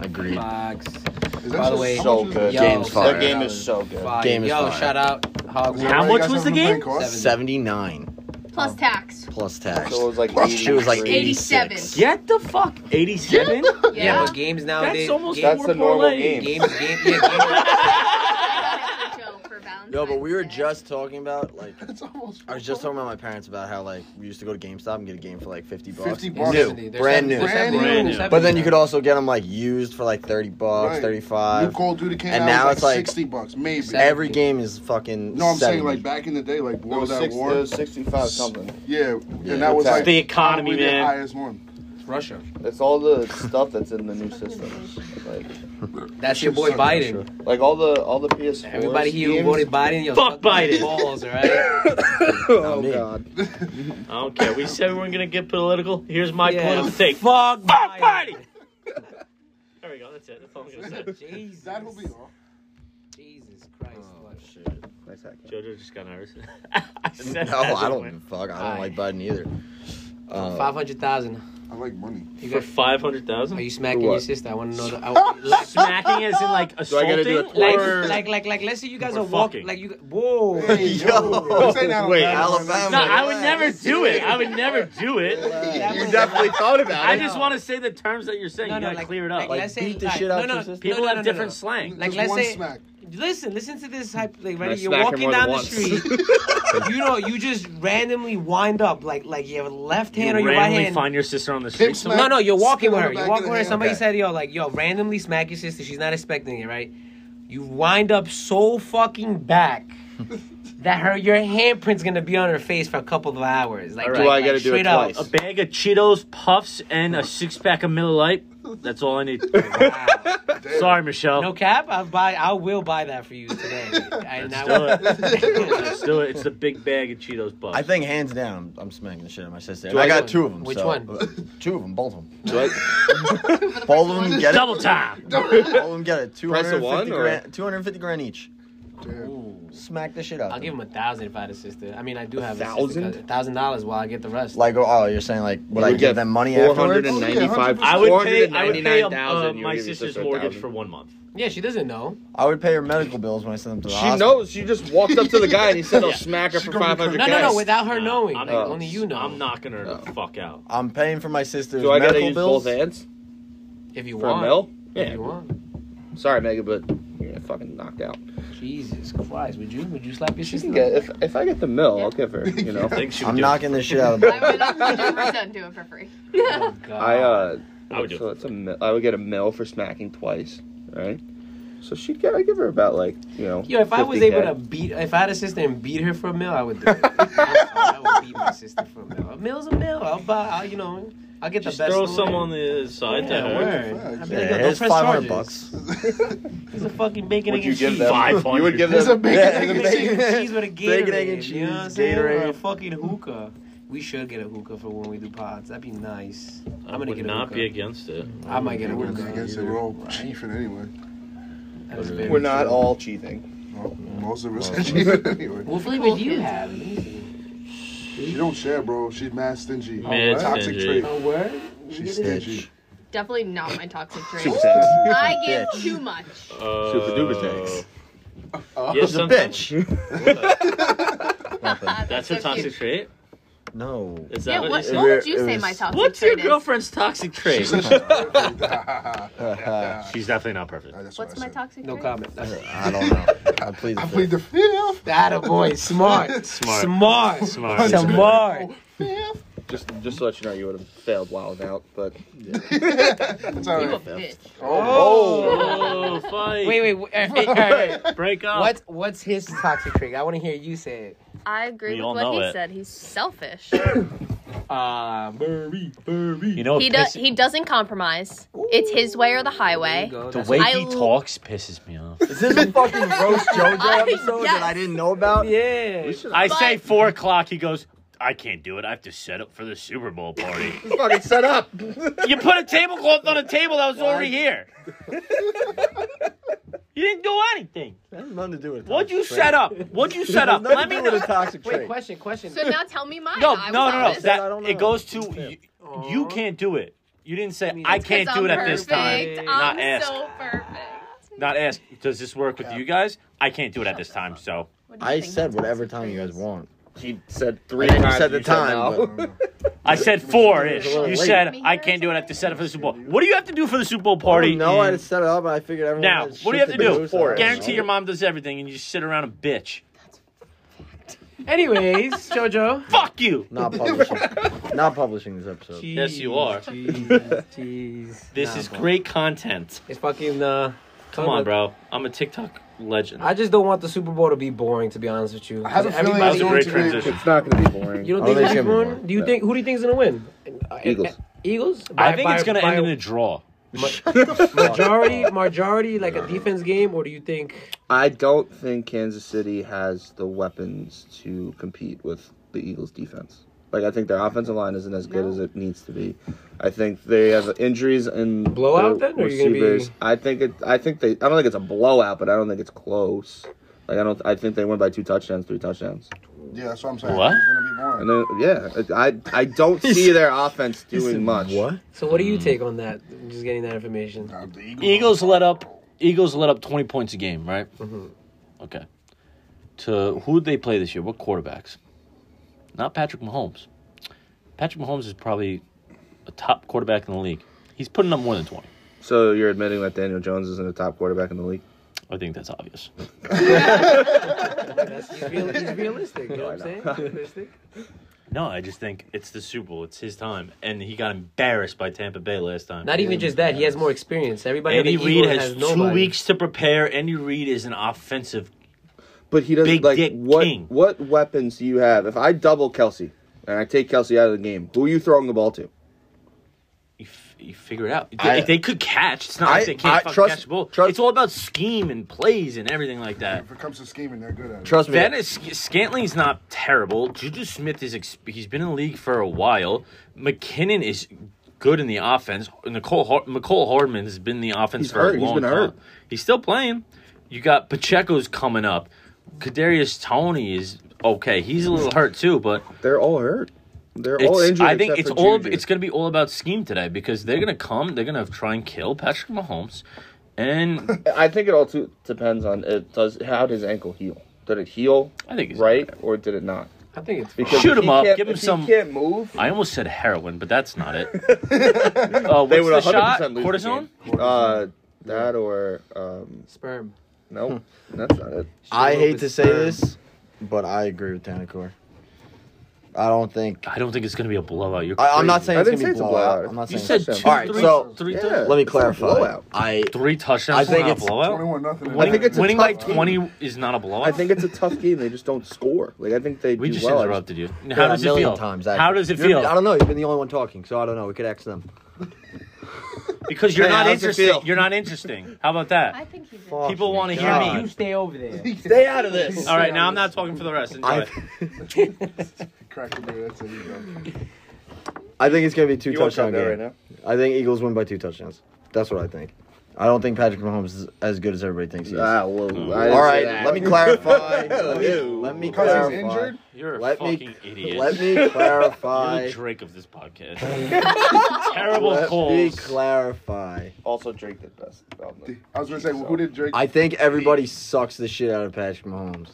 S3: agreed.
S2: Fox.
S6: Is
S2: By
S6: that
S2: the
S6: just-
S2: way,
S6: how much
S4: so
S6: is
S4: good.
S6: it?
S2: Yo,
S3: Game's fire.
S4: That game is so good.
S2: Fire.
S3: Game is
S2: Yo,
S3: fire.
S2: shout out
S6: Is that
S2: Hogwarts.
S1: How much
S6: why you guys
S1: was the
S6: haven't been
S1: game?
S6: playing cards?
S3: Seventy nine
S5: Plus tax.
S3: plus tax.
S4: So it was like
S3: she was like
S4: 83.
S3: eighty
S5: 87.
S3: six.
S1: Get the fuck. Eighty-seven.
S5: Yeah.
S2: Yeah, but games nowadays.
S1: That's almost
S2: games,
S4: That's
S1: four
S4: the normal
S1: parlay.
S4: game.
S2: games, game, yeah, games-
S5: I got it for Joe for Valentine's
S3: No, but we were
S5: Day.
S3: just talking about like
S6: It's almost.
S3: I was just talking about my parents about how like we used to go to GameStop and get a game for like fifty bucks.
S6: 50 bucks.
S2: They're seventy-
S3: New, brand new.
S2: they're seventy-
S1: Brand
S2: they're
S1: new.
S2: seventy
S3: But then you
S2: now.
S3: could also get them like used for like thirty bucks,
S6: Right.
S3: thirty
S6: New
S3: five.
S6: Call of Duty came
S3: And
S6: out.
S3: now
S6: like
S3: it's like-
S6: sixty bucks, maybe.
S2: Seven-
S3: Every game is fucking.
S6: No, I'm
S3: 70.
S6: saying like back in the day, like
S4: It
S6: World
S4: was
S6: at
S4: six- it
S6: War.
S4: was 65 something.
S6: Yeah,
S3: Yeah.
S6: and that was like
S1: The economy,
S6: probably the
S1: man.
S6: highest one.
S2: Russia.
S4: It's all the stuff that's in the new systems. Like,
S2: That's your boy
S6: Suck
S2: Biden.
S4: like all the all the PS4.
S2: Everybody here who
S4: games.
S2: voted Biden, yo,
S1: Fuck
S2: suck my
S1: Biden.
S2: balls, all right?
S4: Oh
S3: me.
S4: god.
S1: I don't care. We said we weren't gonna get political. Here's my
S2: Yeah.
S1: political take.
S2: Fuck
S1: Fuck
S2: Biden.
S1: Biden. There we go. That's it. That's all I'm gonna say.
S2: Jesus.
S6: That'll be all.
S2: Jesus Christ. Lord.
S4: Nice hack.
S1: Jojo just got nervous. I said
S3: No,
S1: that
S3: I
S1: just
S3: don't
S1: went.
S3: give a fuck. I
S2: Aye.
S3: don't like Biden either. Uh,
S2: Five hundred thousand.
S6: I like money.
S2: You
S1: For
S2: got?
S1: five hundred thousand.
S2: Are you smacking
S4: For what?
S2: your sister? I want to know the. I,
S1: smacking as in like assaulting?
S4: gotta do it
S2: like,
S1: or-
S2: like, like, like, let's say you guys
S1: Or
S2: are
S1: fucking.
S2: walking. Like you. Whoa.
S3: Yo.
S6: Don't say that out
S4: Wait,
S6: loud.
S3: Alabama.
S1: no, I would never do it. I would never do it.
S2: That was-
S4: thought about
S1: I just want to say the terms that you're saying.
S2: No,
S1: you
S2: no,
S1: gotta
S2: like-
S1: clear it up.
S2: like-
S3: Like
S2: Let's say-
S3: beat the
S2: like,
S3: shit
S2: no,
S3: out
S2: no,
S3: your sister.
S1: People
S2: no, no,
S1: have
S2: no,
S1: different
S2: no.
S1: slang.
S2: Like,
S6: Just
S2: let's
S6: one
S2: say-
S6: smack.
S2: Listen, listen to this hype. Like,
S4: I
S2: right, you're
S4: smack her
S2: walking
S4: more than
S2: down the
S4: once?
S2: street. you know, you just randomly wind up like, like you have a left hand or
S1: you
S2: your right
S1: randomly
S2: hand.
S1: find your sister on the
S6: Pimp
S1: street.
S6: smack.
S1: somewhere?
S2: no, no, you're walking with
S6: Still in
S2: her.
S6: the
S2: You're
S6: back
S2: walking
S6: of
S2: with
S6: the
S2: her.
S6: hand.
S2: Somebody
S6: Okay.
S2: said, yo, like, yo, randomly smack your sister. She's not expecting it, right? You wind up so fucking back that her your handprint's gonna be on her face for a couple of hours. Like,
S1: All
S2: like
S1: right. Do
S4: I gotta
S2: like,
S4: do it
S2: straight up.
S4: twice?
S1: A bag of Cheetos, puffs, and a six pack of Miller Lite. That's all I need.
S2: Wow.
S6: Damn.
S1: Sorry, Michelle.
S2: No cap. I'll buy. I will buy that for you today. I,
S1: Let's
S2: now-
S1: do it. Let's do it. It's the big bag of Cheetos Puffs.
S3: I think hands down, I'm, I'm smacking the shit out of my sister. And
S4: Do
S3: I
S4: I-
S3: got two of them.
S2: Which
S3: so- uh,
S2: one?
S3: Two of them, both of them.
S4: Do I,
S3: Both of them get it.
S1: double time.
S3: Both of them get it.
S4: Price of
S3: 250
S4: one, or-
S3: grand. 250 grand each.
S6: Damn.
S3: Smack the shit out.
S2: I'll give him a thousand if I had a sister. I mean, I do have a
S4: thousand?
S2: thousand dollars while I get the rest.
S3: Like oh, oh, you're saying like would
S4: You
S3: I
S4: would
S3: give
S4: get
S3: them money afterwards?
S6: 490
S4: 495
S1: I would pay. I would pay um,
S4: 499,000,
S1: uh,
S4: you
S1: my
S4: give your
S1: sister's
S4: sister a
S1: mortgage
S4: thousand.
S1: for one month.
S2: yeah, she doesn't know.
S3: I would pay her medical bills when I send them to the
S4: She
S3: hospital.
S4: knows. She just walked up to the guy and he said, "I'll smack her
S6: She
S4: for
S6: gonna
S4: 500."
S2: No, no,
S4: cash."
S2: no. Without her
S1: Nah,
S2: knowing,
S1: I'm-
S2: like, only you know.
S1: I'm knocking her the fuck out.
S3: I'm paying for my sister's
S4: Do I gotta
S3: medical
S4: use
S3: bills.
S4: both hands
S2: If you
S4: for
S2: want,
S4: a mill?
S2: If you want.
S4: Sorry, Megan, but you're gonna fucking knocked out.
S2: Jesus Christ, would you? Would you slap your
S4: She
S2: sister?
S4: can get if if I get the mill, I'll give her. You know.
S1: I think she would
S3: I'm
S1: do it.
S3: knocking the shit out of
S5: I
S3: them.
S5: would 100% do it for free.
S2: Oh, God.
S4: I uh,
S1: I would do
S4: so
S1: it.
S4: it's a mil- I would get a mill for smacking twice, right? So she'd get I give her about like you know.
S2: Yo, if I was
S4: 50K.
S2: able to beat, if I had a sister and beat her for a mill, I would do it. I'm sorry, I would beat my sister for a mill. A mill's a mill. I'll buy. I'll, you know, I'll get
S1: Just
S2: the best.
S1: throw
S2: one.
S1: some on the side
S2: Yeah,
S1: to her.
S2: word.
S6: Facts.
S2: I'd be
S3: Yeah,
S2: like, yo,
S3: here's
S2: don't press
S3: 500
S2: charges.
S3: bucks.
S2: It's a fucking bacon,
S4: Would
S2: egg,
S4: you
S2: and
S4: give
S2: cheese.
S4: them?
S1: Five
S4: You would
S1: hundred.
S4: give
S6: It's a
S4: them.
S6: big
S3: Yeah,
S2: Bacon,
S3: the
S2: egg,
S3: bacon-
S2: and cheese with a Gatorade.
S3: Bacon, egg, and
S2: you know what I'm
S3: cheese,
S2: saying? Or a
S3: Gatorade.
S2: fucking hookah. We should get a hookah for when we do pods. That'd be nice.
S1: I
S2: I'm gonna
S1: would
S2: get a
S1: not
S2: hookah.
S1: be against it.
S2: I might get
S6: It
S2: a
S6: wouldn't
S2: hookah.
S6: be against it. We're all chiefing anyway.
S2: That is very
S4: We're not
S2: true.
S4: all cheating.
S6: Well, most of us are chiefing anyway.
S2: What flavor do you have? Let me see.
S6: She don't share, bro. She's mad stingy.
S1: Mad
S6: Toxic
S1: stingy.
S6: trait.
S2: Oh, word?
S6: She's stingy.
S5: Definitely not my toxic
S4: Super
S5: drink.
S4: sex.
S5: I give too much.
S1: Uh,
S4: Super duper sex.
S1: yeah,
S3: She's a
S1: sometimes-
S3: bitch. Nothing.
S1: That's her
S5: so
S1: toxic
S5: cute.
S1: trait.
S3: No.
S1: Is that
S5: Yeah,
S1: what,
S5: what,
S1: it-
S5: what would you
S3: It
S5: say
S3: was-
S5: my toxic
S1: What's your
S5: trait is?
S1: girlfriend's toxic trait? She's definitely not perfect.
S6: That's what
S5: What's
S6: I
S5: my
S6: said.
S5: toxic
S2: No
S5: trait?
S2: comment. That's it.
S3: I don't know. I plead the
S6: I
S3: fifth.
S6: plead the fifth.
S2: That a boy. Smart.
S1: Smart.
S2: Smart.
S1: Smart.
S2: Smart.
S6: Fifth.
S4: Just just to let you know, you would have failed wild out, but
S6: That's all
S5: You a
S6: right.
S5: bitch.
S1: Oh, fight.
S2: Wait, wait, wait. all right, all right, all right.
S1: Break up.
S2: What's what's his toxic trait? I want to hear you say it.
S5: I agree
S1: We all
S5: with what
S1: know
S5: he
S1: it.
S5: said. He's selfish.
S2: Uh, Murray, Murray.
S1: You know,
S5: he
S1: it
S5: does.
S1: piss-
S5: He doesn't compromise. It's his way or the
S2: There
S5: highway.
S2: you go.
S1: the
S2: That's-
S1: way
S5: I
S1: he
S5: l-
S1: talks pisses me off.
S3: Is this a fucking roast JoJo
S5: I-
S3: episode that I
S5: yes.
S3: didn't know about?
S2: Yeah.
S1: I
S5: But-
S1: say four o'clock. He goes, I can't do it. I have to set up for the Super Bowl party.
S4: fucking set up.
S1: you put a tablecloth on a table that was already here. you didn't do anything.
S3: That has nothing to do with.
S1: What'd you set up? What'd you set up? Let me know.
S3: A toxic
S2: Wait,
S3: trait.
S2: question, question.
S5: So now tell me mine.
S1: No,
S5: I
S1: no, no,
S5: was
S1: no.
S5: honest.
S1: That,
S3: I don't know.
S1: it goes to
S3: It's
S1: you,
S2: Aw.
S1: you can't do it. You didn't say I can't
S5: Because
S1: do it
S5: I'm
S1: at this time.
S5: perfect. I'm
S1: Not ask.
S5: so perfect.
S1: Not ask. Does this work with you guys? I can't do it at this time. So
S5: What do you
S3: I
S5: think
S3: said
S5: my
S3: whatever
S5: toxic
S3: time you
S5: trait
S3: guys
S5: is?
S3: want.
S4: She said three
S3: And then you
S4: times.
S3: said the time.
S4: no.
S3: but-
S1: I said four ish.
S3: It was a
S1: You
S3: little
S1: said
S5: late.
S1: I can't do it at the set up for the Super Bowl. What do you have to do for the Super Bowl
S3: Oh,
S1: party?
S3: no, I
S1: in-
S3: just set it up. and I figured everyone.
S1: now,
S3: had
S1: what do you
S3: shit
S1: have to
S3: to
S1: do?
S3: so I don't
S1: Guarantee
S3: know.
S1: your mom does everything, and you just sit around and bitch.
S2: Anyways, JoJo.
S1: Fuck you.
S3: Not publishing. not publishing this episode.
S1: Yes, you are.
S2: Jeez, jeez.
S1: This
S2: Nah,
S1: is
S2: bro.
S1: great content.
S2: It's fucking. Uh,
S1: Come on, bro. I'm a TikTok legend.
S2: I just don't want the Super Bowl to be boring. To be honest with you,
S6: I have a feeling
S1: That was
S6: it's
S1: a
S6: going
S1: great
S6: to be.
S1: transition.
S4: It's not gonna be boring.
S2: You don't
S3: I
S2: think
S3: don't
S2: it's
S3: think it's gonna be
S2: going
S3: boring.
S2: Do you
S4: No.
S2: think who do you think is gonna win? Uh,
S4: Eagles.
S2: uh, Eagles.
S1: I
S2: By-
S1: think
S2: by-
S1: it's gonna
S2: by
S1: end in a draw.
S2: majority, majority, like a defense game, or do you think?
S4: I don't think Kansas City has the weapons to compete with the Eagles' defense. Like I think their offensive line isn't as good as it needs to be. I think they have injuries and
S2: Blowout then, or are you gonna be-
S4: I think it. I think they. I don't think it's a blowout, but I don't think it's close. Like I don't. I think they win by two touchdowns, three touchdowns.
S6: Yeah, that's what I'm saying.
S1: What?
S6: It's going to be boring.
S4: And then, yeah, I I don't see their offense doing much.
S2: So, what do
S1: Mm.
S2: you take on that? Just getting that information.
S6: Nah, the
S1: Eagles let up. Eagles let up 20 points a game, right? Okay. To who did they play this year? What quarterbacks? Not Patrick Mahomes. Patrick Mahomes is probably a top quarterback in the league. He's putting up more than 20.
S4: So you're admitting that Daniel Jones isn't a top quarterback in the league?
S1: I think that's obvious.
S2: That's, he's, real, he's realistic. You know what I'm saying? Realistic.
S1: No, I just think it's the Super Bowl. It's his time, and he got embarrassed by Tampa Bay last time.
S2: Not even just that. He has more experience. Everybody.
S1: Andy
S2: on the Eagles
S1: Reid has, two
S2: nobody.
S1: weeks to prepare. Andy Reid is an offensive.
S4: But he doesn't
S1: Big
S4: like
S1: dick
S4: what
S1: king.
S4: what weapons do you have? If I double Kelsey and I take Kelsey out of the game, who are you throwing the ball to?
S1: You, f- you figure it out. They,
S3: I-
S1: they could catch. It's not
S3: I-
S1: like they can't
S3: I-
S1: fucking
S3: trust-
S1: catch the ball.
S3: trust-
S1: it's all about scheme and plays and everything like that.
S6: If it comes to scheming, they're good at it.
S3: Trust me.
S1: That is Scantling's not terrible. Juju Smith is ex- he's been in the league for a while. McKinnon is good in the offense. Nicole Har- Nicole Hardman has been in the offense
S4: He's
S1: for
S4: hurt.
S1: a
S4: He's
S1: long
S4: been
S1: time.
S4: hurt.
S1: He's still playing. You got Pacheco's coming up. Kadarius Tony is okay. He's a little hurt too, but
S4: They're all hurt. They're all
S1: it's-
S4: injured.
S1: I think
S4: except
S1: it's
S4: for
S1: all
S4: Juju.
S1: it's going to be all about scheme today because they're going to come. They're going to try and kill Patrick Mahomes, and
S4: I think it all too, depends on it. Does how does his ankle heal? Did it heal
S1: I think he's
S4: right or did it not?
S2: I think it's.
S4: Because
S1: Shoot
S4: if
S1: him
S4: he
S1: up,
S4: can't-
S1: give him
S4: if he
S1: some-
S4: can't move.
S1: I almost said heroin, but that's not it. uh, what's
S4: They would
S1: the
S4: 100%
S1: shot?
S4: lose
S1: Cortisone?
S4: The game. Uh, that or um,
S2: Sperm.
S4: no, that's not it.
S3: I hate to
S2: It's
S3: say
S2: sperm.
S3: this, but I agree with Tanakor. I don't think.
S1: I don't think it's going to be a blowout. You're
S3: I, I'm not
S1: crazy.
S3: saying
S4: I
S3: it's gonna
S4: didn't
S3: be
S4: say it's a
S3: blowout.
S4: blowout.
S3: I'm not
S1: You
S3: saying.
S1: said
S4: touchdown.
S1: two,
S3: All right,
S1: three-
S3: so-
S1: three
S4: Yeah.
S1: tou-
S3: let me
S4: it's a
S3: clarify.
S4: blowout.
S3: I
S1: three touchdowns
S3: I
S1: is
S3: think
S1: not a
S3: it's
S1: blowout.
S6: 21 nothing.
S1: Winning,
S4: I think it's a
S1: winning
S4: tough
S1: by
S4: game.
S1: 20 is not a blowout.
S4: I think it's a tough game. They just don't score. Like I think they
S1: we
S4: do
S1: just
S4: well. I
S1: interrupted you. How
S3: Yeah,
S1: does
S3: a
S1: it
S3: million
S1: feel?
S3: times.
S1: How
S3: actually.
S1: does it
S3: You're- I
S1: feel?
S3: don't know. You've been the only one talking, so I don't know. We could ask them.
S1: Because you're
S3: Hey,
S1: not
S3: how does it
S1: interesting.
S3: feel?
S1: You're not interesting. How about that?
S5: I think he's.
S3: Fuck
S1: People
S3: me.
S1: want to hear
S3: God.
S1: me.
S2: stay over there.
S4: just- Stay out of this.
S1: All right, now I'm not talking for the rest. Enjoy.
S3: I,
S6: Crack the beer, that's it, you go.
S3: I think it's gonna be two
S4: You want to
S3: touchdown
S4: come
S3: game.
S4: there right now?
S3: I think Eagles win by two touchdowns. That's what I think. I don't think Patrick Mahomes is as good as everybody thinks he is.
S4: Ah, well, I didn't
S3: All
S4: say
S3: right,
S4: that.
S3: let me clarify. let me,
S4: Ew.
S3: let me
S6: Because
S3: clarify.
S6: he's injured?
S1: You're a
S3: Let me-
S1: fucking idiot.
S3: Let me
S1: You're
S3: clarify.
S1: the Drake of this podcast. Terrible
S3: Let me
S1: calls.
S3: clarify.
S4: Also, Drake did best. Um,
S6: I was gonna say, well, who did Drake?
S3: I think everybody sucks the shit out of Patrick Mahomes,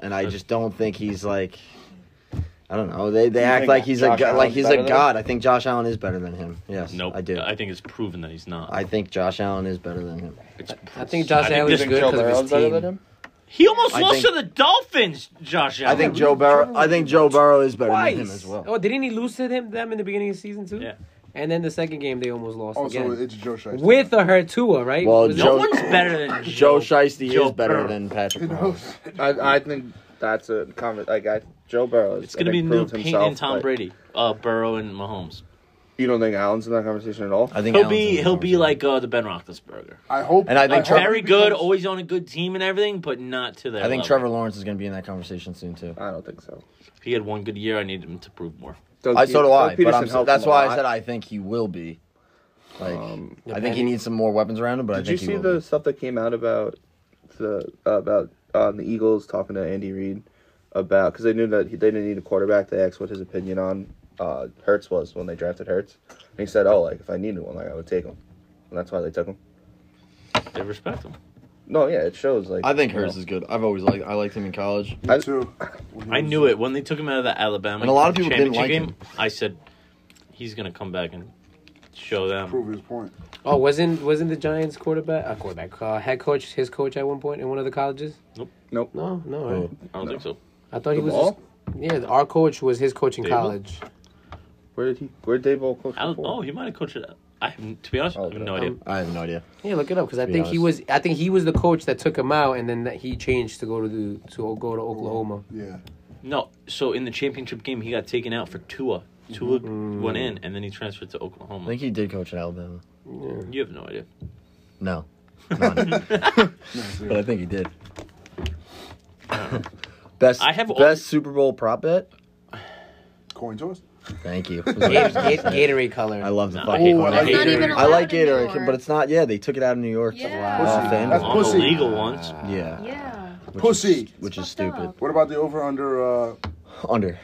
S3: and I just don't think he's like. I don't know. They they
S4: You
S3: act
S4: think
S3: like he's a
S4: Josh
S3: go- like
S4: Allen's
S3: he's
S4: better
S3: a
S4: than
S3: god. I think Josh Allen is better than him. Yes,
S1: Nope.
S3: I do. I,
S1: think it's proven that he's not.
S3: think Josh Allen is better than him.
S1: It's
S2: I think Josh
S1: think
S2: Allen
S1: this
S2: is
S1: is
S2: good because of his team.
S1: He almost
S3: I
S1: lost
S3: think-
S1: to the Dolphins, Josh Allen.
S3: I think Joe Burrow. I think Joe Burrow is better than him as well.
S2: Oh, didn't he lose to them, them in the beginning of the season too?
S1: Yeah.
S2: And then the second game they almost lost
S6: Oh, so
S2: again
S6: it's Joe Shiesty.
S2: with a Hertua, right?
S3: Well,
S2: Was it-
S1: No
S3: Joe-
S1: one's better than Joe.
S3: Joe Shiesty
S1: Joe
S3: is better
S1: Burrow.
S3: than Patrick
S6: Who
S3: Mahomes.
S6: knows?
S4: I, I think that's a comment. Like I, Joe Burrow. Is,
S1: It's gonna
S4: I
S1: be
S4: think,
S1: new
S4: proved
S1: Payton
S4: himself,
S1: and Tom
S4: but
S1: Brady, uh, Burrow and Mahomes.
S4: You don't think Allen's in that conversation at all?
S3: I think
S1: He'll
S3: Allen's in
S1: be
S3: the
S1: he'll be
S3: conversation.
S1: like uh, the Ben Roethlisberger,
S6: I hope.
S3: And I think
S6: hope
S3: Trevor-
S6: he
S1: very good,
S6: becomes-
S1: always on a good team and everything, but not to that.
S3: I think Trevor Lawrence is going to be in that conversation soon too.
S4: I don't think so.
S1: He had one good year. I need him to prove more.
S4: Doug
S3: I
S4: Pe-
S3: so do
S4: Doug
S3: I. But
S4: Peterson
S3: I'm, so-
S4: helped
S3: that's
S4: him a
S3: why I
S4: lot.
S3: said I think he will be. Like,
S4: Um,
S3: I think he needs some more weapons around him. But I
S4: Did you
S3: think he
S4: see
S3: will
S4: the
S3: be.
S4: stuff that came out about the about um, the Eagles talking to Andy Reid about because they knew that he, they didn't need a quarterback. They asked what his opinion on uh, Hertz was when they drafted Hertz, and he said, "Oh, like if I needed one, like I would take him," and that's why they took him.
S1: They respect him.
S4: No, yeah, it shows. Like
S3: I think
S4: you
S3: hers
S4: know.
S3: is good. I've always liked I liked him in college.
S6: Me
S4: I-
S6: too.
S1: I knew it when they took him out of the Alabama.
S3: And a lot of people didn't
S1: championship
S3: like
S1: game, I said he's gonna come back and show them.
S6: Prove his point.
S2: oh, wasn't wasn't the Giants quarterback, uh, quarterback, uh, head coach, his coach at one point in one of the colleges?
S4: Nope.
S2: No, no.
S3: Oh.
S2: Right?
S1: I don't think so.
S2: I thought he
S4: The
S2: was.
S4: ball?
S2: just- yeah, our coach was his coach in
S1: Dable?
S2: college.
S4: Where did he? Where did Dave Ball coach
S1: Al-
S4: before?
S1: oh, he might have coached it. I have, to be honest, I have no
S4: Um,
S1: idea.
S3: I have no idea.
S2: Yeah, look it up because I
S3: be
S2: think he was.
S3: honest.
S2: I think he was the coach that took him out, and then that he changed to go to the, to go to Oklahoma.
S6: Yeah.
S1: No, so in the championship game, he got taken out for Tua. Tua went in, and then he transferred to Oklahoma.
S3: I think he did coach at Alabama.
S1: you have no idea.
S3: No, None.
S6: No, it's
S3: but I
S6: there.
S3: think he did. best
S1: I have all-
S3: best Super Bowl prop bet.
S6: Coin toss.
S3: Thank you.
S2: Gator- Gatorade color.
S3: I love the
S1: No, I
S3: fucking.
S1: hate
S3: one.
S1: Gatorade. It's not even
S3: I like
S5: allowed in New
S3: Gatorade,
S5: York.
S3: but it's not. Yeah, they took it out of New York. Off
S5: Yeah.
S3: the
S6: Pussy.
S3: end.
S6: That's
S1: On the
S6: pussy.
S1: legal ones.
S3: Yeah,
S5: Yeah.
S3: which is-
S6: Pussy.
S3: which is
S5: It's fucked
S3: stupid.
S5: up.
S6: What about the over under uh,
S3: Under,